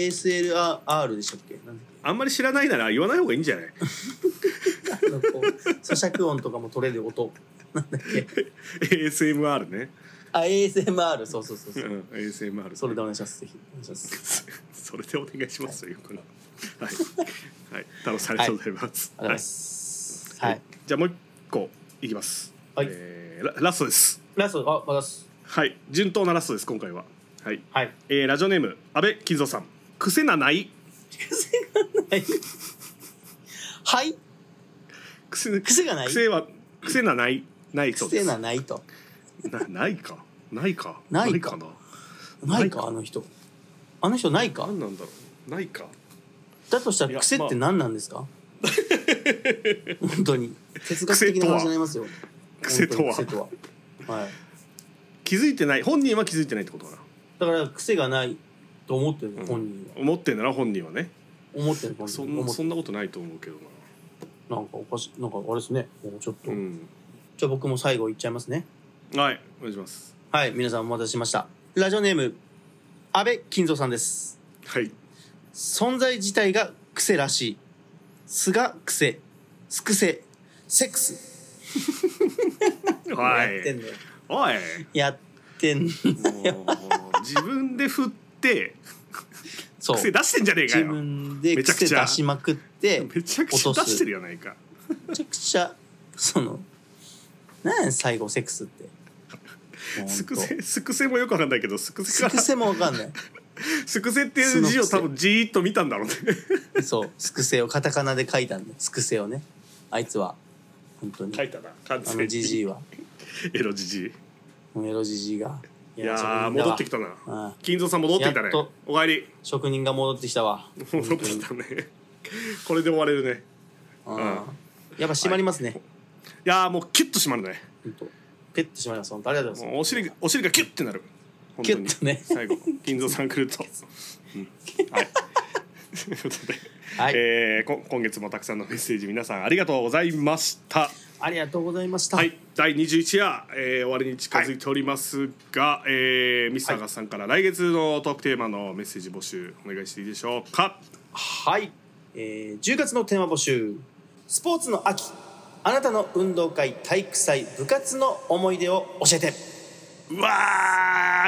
[SPEAKER 2] ASLR でしたっけなんだっ
[SPEAKER 1] あんまり知らないなら言わない方がいいんじゃない <laughs>
[SPEAKER 2] けあのこう咀嚼音とかも取れる音なんだっけ
[SPEAKER 1] ASMR ね
[SPEAKER 2] あ ASMR そうそうそう
[SPEAKER 1] う
[SPEAKER 2] そ
[SPEAKER 1] ん
[SPEAKER 2] う
[SPEAKER 1] ASMR
[SPEAKER 2] それでお願いしますぜひお願いします
[SPEAKER 1] それでお願いしますよこれははい、はい、太郎さんありがとうございます、
[SPEAKER 2] ありがとうございますはい、
[SPEAKER 1] じゃあもう一個いきます。
[SPEAKER 2] はい
[SPEAKER 1] えーララストです。
[SPEAKER 2] ラストあまだす
[SPEAKER 1] はい、順当なラストです今回は。はい。
[SPEAKER 2] はい
[SPEAKER 1] えーラジオネーム安倍金蔵さん。癖なない。
[SPEAKER 2] はい
[SPEAKER 1] 癖
[SPEAKER 2] 癖がない
[SPEAKER 1] 癖は癖なないないそうで
[SPEAKER 2] 癖
[SPEAKER 1] す。
[SPEAKER 2] がないと
[SPEAKER 1] なないかないか
[SPEAKER 2] ないか
[SPEAKER 1] な。
[SPEAKER 2] ないかあの人あの人ないか
[SPEAKER 1] 何なんだろうないか。
[SPEAKER 2] だとした
[SPEAKER 1] い
[SPEAKER 2] ら
[SPEAKER 1] や
[SPEAKER 2] 癖って
[SPEAKER 1] ま
[SPEAKER 2] 何なんですか、本当に哲学的な話になりますよ
[SPEAKER 1] 癖とは
[SPEAKER 2] 本当に癖とははい
[SPEAKER 1] 気づいてない本人は気づいてないってことかな。
[SPEAKER 2] だから癖がないと思ってるの、本人は
[SPEAKER 1] 思ってんなら本人はね。
[SPEAKER 2] 思ってる本
[SPEAKER 1] そ
[SPEAKER 2] 人
[SPEAKER 1] んな
[SPEAKER 2] 思っ
[SPEAKER 1] そんなことないと思うけどな。
[SPEAKER 2] なんかおかしいなんかあれですねもうちょっと、
[SPEAKER 1] うん。
[SPEAKER 2] じゃあ僕も最後いっちゃいますね
[SPEAKER 1] はいお願いします。
[SPEAKER 2] はい皆さんお待たせしましたラジオネーム安倍金蔵さんです
[SPEAKER 1] はい。
[SPEAKER 2] 存在自体が癖らしい素が癖すくせセックス
[SPEAKER 1] は
[SPEAKER 2] やってん
[SPEAKER 1] い
[SPEAKER 2] だよ
[SPEAKER 1] おい
[SPEAKER 2] やってん
[SPEAKER 1] <laughs> もうもう自分で振って
[SPEAKER 2] そう
[SPEAKER 1] 癖出してんじゃねえか
[SPEAKER 2] 自
[SPEAKER 1] よ
[SPEAKER 2] 分で
[SPEAKER 1] めちゃく
[SPEAKER 2] 癖
[SPEAKER 1] ちゃ
[SPEAKER 2] 出しまくって
[SPEAKER 1] <laughs> めちゃくちゃ
[SPEAKER 2] 落と
[SPEAKER 1] 出
[SPEAKER 2] す
[SPEAKER 1] してるやないか
[SPEAKER 2] めちゃくちゃそのなんや最後セック
[SPEAKER 1] <laughs>
[SPEAKER 2] スってほんと
[SPEAKER 1] すくせすくせもよくわかんないけどすくせ
[SPEAKER 2] す
[SPEAKER 1] から
[SPEAKER 2] くせもわかんない
[SPEAKER 1] すくせっていう字を多分じーっと見たんだろうね
[SPEAKER 2] そうすくせをカタカナで書いたんですくせをねあいつは本当に
[SPEAKER 1] 書いたな完
[SPEAKER 2] あ
[SPEAKER 1] 全
[SPEAKER 2] の
[SPEAKER 1] に
[SPEAKER 2] じじいは
[SPEAKER 1] エロじじい
[SPEAKER 2] もうエロじじいが
[SPEAKER 1] いやー
[SPEAKER 2] 職人だわ
[SPEAKER 1] 戻ってきたな
[SPEAKER 2] うん
[SPEAKER 1] 金蔵さん戻ってきた
[SPEAKER 2] や
[SPEAKER 1] ね
[SPEAKER 2] っと
[SPEAKER 1] おかえり
[SPEAKER 2] 職人が戻ってきたわ
[SPEAKER 1] 戻ってきたねこれで終われるね
[SPEAKER 2] うんやっぱ閉まりますね、
[SPEAKER 1] いやーもうキュッと締まるね
[SPEAKER 2] ほんとペッと閉まります本当ありがとうござい
[SPEAKER 1] もう
[SPEAKER 2] ま
[SPEAKER 1] お
[SPEAKER 2] す
[SPEAKER 1] 尻お尻がキュッてなる本当に
[SPEAKER 2] キュッとね
[SPEAKER 1] 最後金蔵さん来ると、うんはいということで、
[SPEAKER 2] はい
[SPEAKER 1] えーこ今月もたくさんのメッセージ皆さんありがとうございました
[SPEAKER 2] ありがとうございました、
[SPEAKER 1] はい、第21夜、えー終わりに近づいておりますが、えーミスターガスさんから来月のトークテーマのメッセージ募集お願いしていいでしょうか
[SPEAKER 2] はい、えー10月のテーマ募集スポーツの秋あなたの運動会体育祭部活の思い出を教えて
[SPEAKER 1] うわ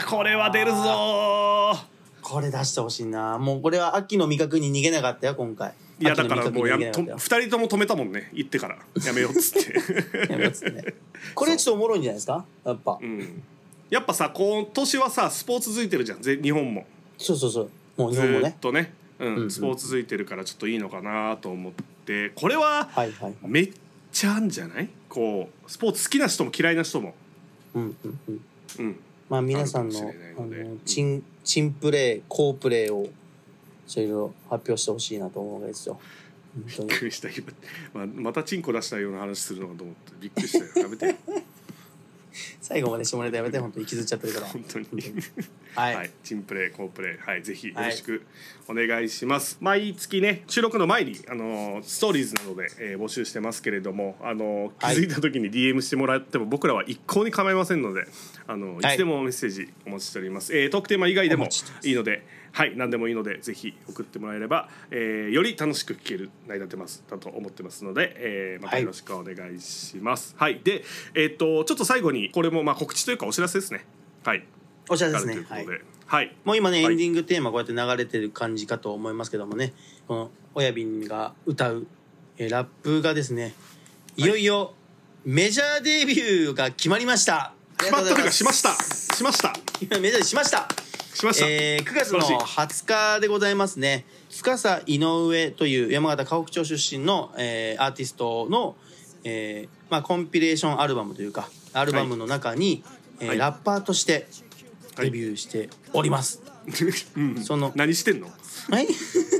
[SPEAKER 1] ーこれは出るぞ
[SPEAKER 2] これ出してほしいなもうこれは秋の味覚に逃げなかったよ今回
[SPEAKER 1] ーいやだからもうやめ
[SPEAKER 2] め
[SPEAKER 1] と2人とも止めたもんね行ってからやめようっつって
[SPEAKER 2] やめようっつってね
[SPEAKER 1] <laughs>
[SPEAKER 2] これちょっとおもろいんじゃないですかやっぱ、
[SPEAKER 1] うんやっぱさ今年はさスポーツ続いてるじゃんぜ日本も
[SPEAKER 2] そうそうそうもう日
[SPEAKER 1] ず
[SPEAKER 2] 本も
[SPEAKER 1] ーっ
[SPEAKER 2] ね
[SPEAKER 1] とね、うん
[SPEAKER 2] うん
[SPEAKER 1] スポーツ続いてるからちょっといいのかなと思ってこれは
[SPEAKER 2] はいはいはい
[SPEAKER 1] めっちゃあんじゃないこうスポーツ好きな人も嫌いな人も
[SPEAKER 2] うんうんうん
[SPEAKER 1] うん
[SPEAKER 2] まあ皆さんの
[SPEAKER 1] あ
[SPEAKER 2] あ
[SPEAKER 1] るかもしれないので
[SPEAKER 2] のチンチンプレー好プレーをちょいろ発表してほしいなと思うわけですよ本当
[SPEAKER 1] <laughs>
[SPEAKER 2] に
[SPEAKER 1] びっくりした今、まあ、またチンコ出したような話するのかと思ってびっくりしたよやめ
[SPEAKER 2] <laughs>
[SPEAKER 1] て
[SPEAKER 2] 最後まで下ネタやめて本当に傷つっちゃってるから
[SPEAKER 1] 本当に
[SPEAKER 2] は、
[SPEAKER 1] はいい、チンプレーコープレーはいぜひよろしくお願いします、毎月ね収録の前にあのーストーリーズなどで、えー募集してますけれどもあのー気
[SPEAKER 2] はい
[SPEAKER 1] づいた時に DM してもらっても僕らは一向に構いませんのであのー
[SPEAKER 2] はい
[SPEAKER 1] いつでもメッセージお待ちしております、えートークテーマ以外で
[SPEAKER 2] お
[SPEAKER 1] も
[SPEAKER 2] 待ちしてま
[SPEAKER 1] いいのではい何でもいいのでぜひ送ってもらえれば、えーより楽しく聴ける内になってますだと思ってますので、えーまたよろしくお願いしますはい、でえーっとちょっと最後にこれもまあ告知というかお知らせですねはい
[SPEAKER 2] お知らせ
[SPEAKER 1] あ
[SPEAKER 2] で
[SPEAKER 1] る
[SPEAKER 2] す
[SPEAKER 1] というこ
[SPEAKER 2] ねはい
[SPEAKER 1] とで、はい、
[SPEAKER 2] もう今ね、
[SPEAKER 1] はい
[SPEAKER 2] エンディングテーマこうやって流れてる感じかと思いますけどもねこの親瓶が歌う、えーラップがですねいよいよメジャーデビューが決まりました
[SPEAKER 1] 決まったというかしましたたしました
[SPEAKER 2] <laughs> 今メジャーデビューしました
[SPEAKER 1] しました、
[SPEAKER 2] えー9月
[SPEAKER 1] 素晴
[SPEAKER 2] の
[SPEAKER 1] らしい
[SPEAKER 2] 20日でございますね司井上という山形河北町出身の、えーアーティストの、えーまあ、コンピレーションアルバムというかアルバムの中に、えー
[SPEAKER 1] はい
[SPEAKER 2] ラッパーとして
[SPEAKER 1] はい
[SPEAKER 2] デビューしております、
[SPEAKER 1] うん
[SPEAKER 2] その
[SPEAKER 1] 何してんの
[SPEAKER 2] はい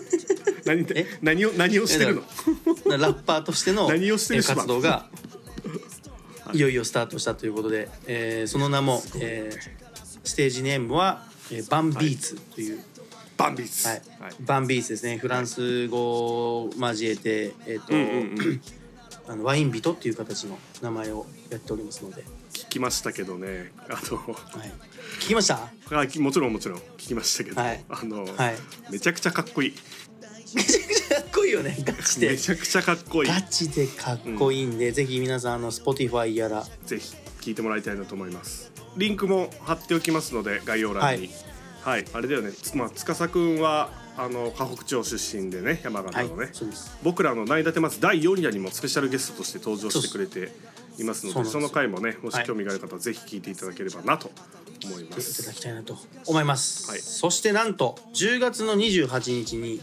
[SPEAKER 2] <laughs>
[SPEAKER 1] 何
[SPEAKER 2] え
[SPEAKER 1] 何を何をしてるの
[SPEAKER 2] ラッパーとしての
[SPEAKER 1] 何をしてる
[SPEAKER 2] えー
[SPEAKER 1] 人な
[SPEAKER 2] 活
[SPEAKER 1] の
[SPEAKER 2] 動がいよいよスタートしたということで、えーその名も、えーステージネームは、えーバンビーツという、
[SPEAKER 1] バンビーズ、
[SPEAKER 2] はい、バンビースですね。フランス語を交えて、えっ、と、
[SPEAKER 1] うんうんうん
[SPEAKER 2] <clears throat> あのワインビトっていう形の名前をやっておりますので、
[SPEAKER 1] 聞きましたけどねあの <laughs>
[SPEAKER 2] はい。聞きました？
[SPEAKER 1] あきもちろんもちろん聞きましたけど、
[SPEAKER 2] はい
[SPEAKER 1] あの、
[SPEAKER 2] はい
[SPEAKER 1] めちゃくちゃかっこいい
[SPEAKER 2] めちゃくちゃかっこいいよね。ガチ
[SPEAKER 1] め
[SPEAKER 2] で。
[SPEAKER 1] ちゃくちゃかっこいい
[SPEAKER 2] ガチでかっこいいんで、ぜひ皆さんあの Spotify やら、
[SPEAKER 1] ぜひ聞いてもらいたいなと思いますリンクも貼っておきますので概要欄にはい、あれだよねつまあ司くんはあの河北町出身でね山
[SPEAKER 2] は
[SPEAKER 1] 形
[SPEAKER 2] い
[SPEAKER 1] のね、、
[SPEAKER 2] そうです。
[SPEAKER 1] 僕らの「ナイダテマス」第4夜にもスペシャルゲストとして登場してくれていますので
[SPEAKER 2] そ
[SPEAKER 1] そ
[SPEAKER 2] うですそうなんです
[SPEAKER 1] の回もねも
[SPEAKER 2] は
[SPEAKER 1] し
[SPEAKER 2] い
[SPEAKER 1] 興味がある方はぜひ聞いていただければなと思いま
[SPEAKER 2] いただ
[SPEAKER 1] す、
[SPEAKER 2] きたいなと思います、
[SPEAKER 1] はい
[SPEAKER 2] そしてなんと10月の28日に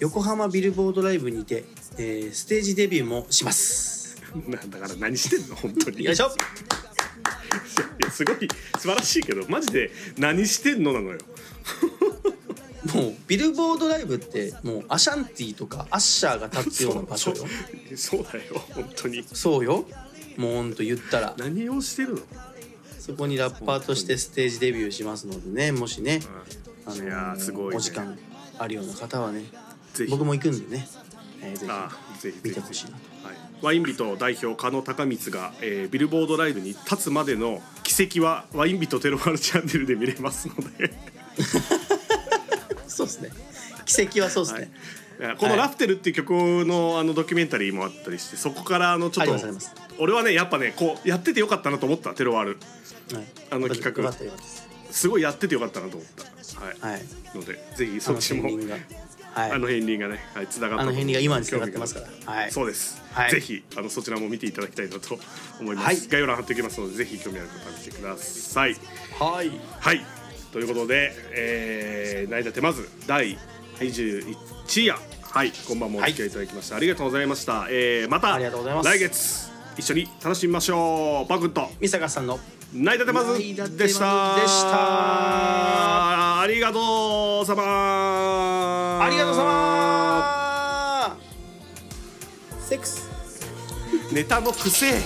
[SPEAKER 2] 横浜ビルボードライブにて、えーステージデビューもします
[SPEAKER 1] なだから何してんの本当に
[SPEAKER 2] よいしょ
[SPEAKER 1] いやすごい素晴らしいけどマジで「何してんの?」なのよ
[SPEAKER 2] もうビルボードライブってもうアシャンティとかアッシャーが立つような場所よ
[SPEAKER 1] そうそうだよ本当に
[SPEAKER 2] そうよもうほんと言ったら
[SPEAKER 1] 何をしてるの
[SPEAKER 2] そこにラッパーとしてステージデビューしますのでねもしね、あの
[SPEAKER 1] いやーすごいね
[SPEAKER 2] お時間あるような方はね
[SPEAKER 1] ぜひ
[SPEAKER 2] 僕も行くんでね、えーぜ
[SPEAKER 1] あぜひぜひ
[SPEAKER 2] ひ見てほしいなと
[SPEAKER 1] はい、ワインビト代表狩野孝光が、えービルボードライブに立つまでの奇跡はワインビトテロワールチャンネルで見れますので
[SPEAKER 2] そうですね奇跡はそうですね、
[SPEAKER 1] はいえ <laughs> この「ラフテル」っていう曲のあのドキュメンタリーもあったりしてそこからあのちょっ
[SPEAKER 2] あり
[SPEAKER 1] と
[SPEAKER 2] ますあります
[SPEAKER 1] 俺はねやっぱねこうやっててよかったなと思ったテロワール
[SPEAKER 2] はい、
[SPEAKER 1] あの企画
[SPEAKER 2] よかったよかったです
[SPEAKER 1] すごいやっててよかったなと思った、はい
[SPEAKER 2] はい
[SPEAKER 1] のでぜひそっちも
[SPEAKER 2] あの片鱗がはい
[SPEAKER 1] あの片鱗がね、はい、つながった
[SPEAKER 2] あの片鱗が今に繋がってますから
[SPEAKER 1] 興味
[SPEAKER 2] はい
[SPEAKER 1] そうです、
[SPEAKER 2] はい
[SPEAKER 1] ぜひあのそちらも見ていただきたいなと思います、
[SPEAKER 2] はい
[SPEAKER 1] 概要欄貼っておきますのでぜひ興味ある方は見てください
[SPEAKER 2] はい
[SPEAKER 1] はいということで、えー、成田手まず第21夜はいこんばんもお付き合いいただきました、ありがとうございました、えー、また
[SPEAKER 2] ありがとうございます
[SPEAKER 1] 来月一緒に楽しみましょうパクッと
[SPEAKER 2] 三坂さんの
[SPEAKER 1] 成田手まずでした
[SPEAKER 2] でした
[SPEAKER 1] ありがとうさま
[SPEAKER 2] ありがとうさまセックス
[SPEAKER 1] ネタの癖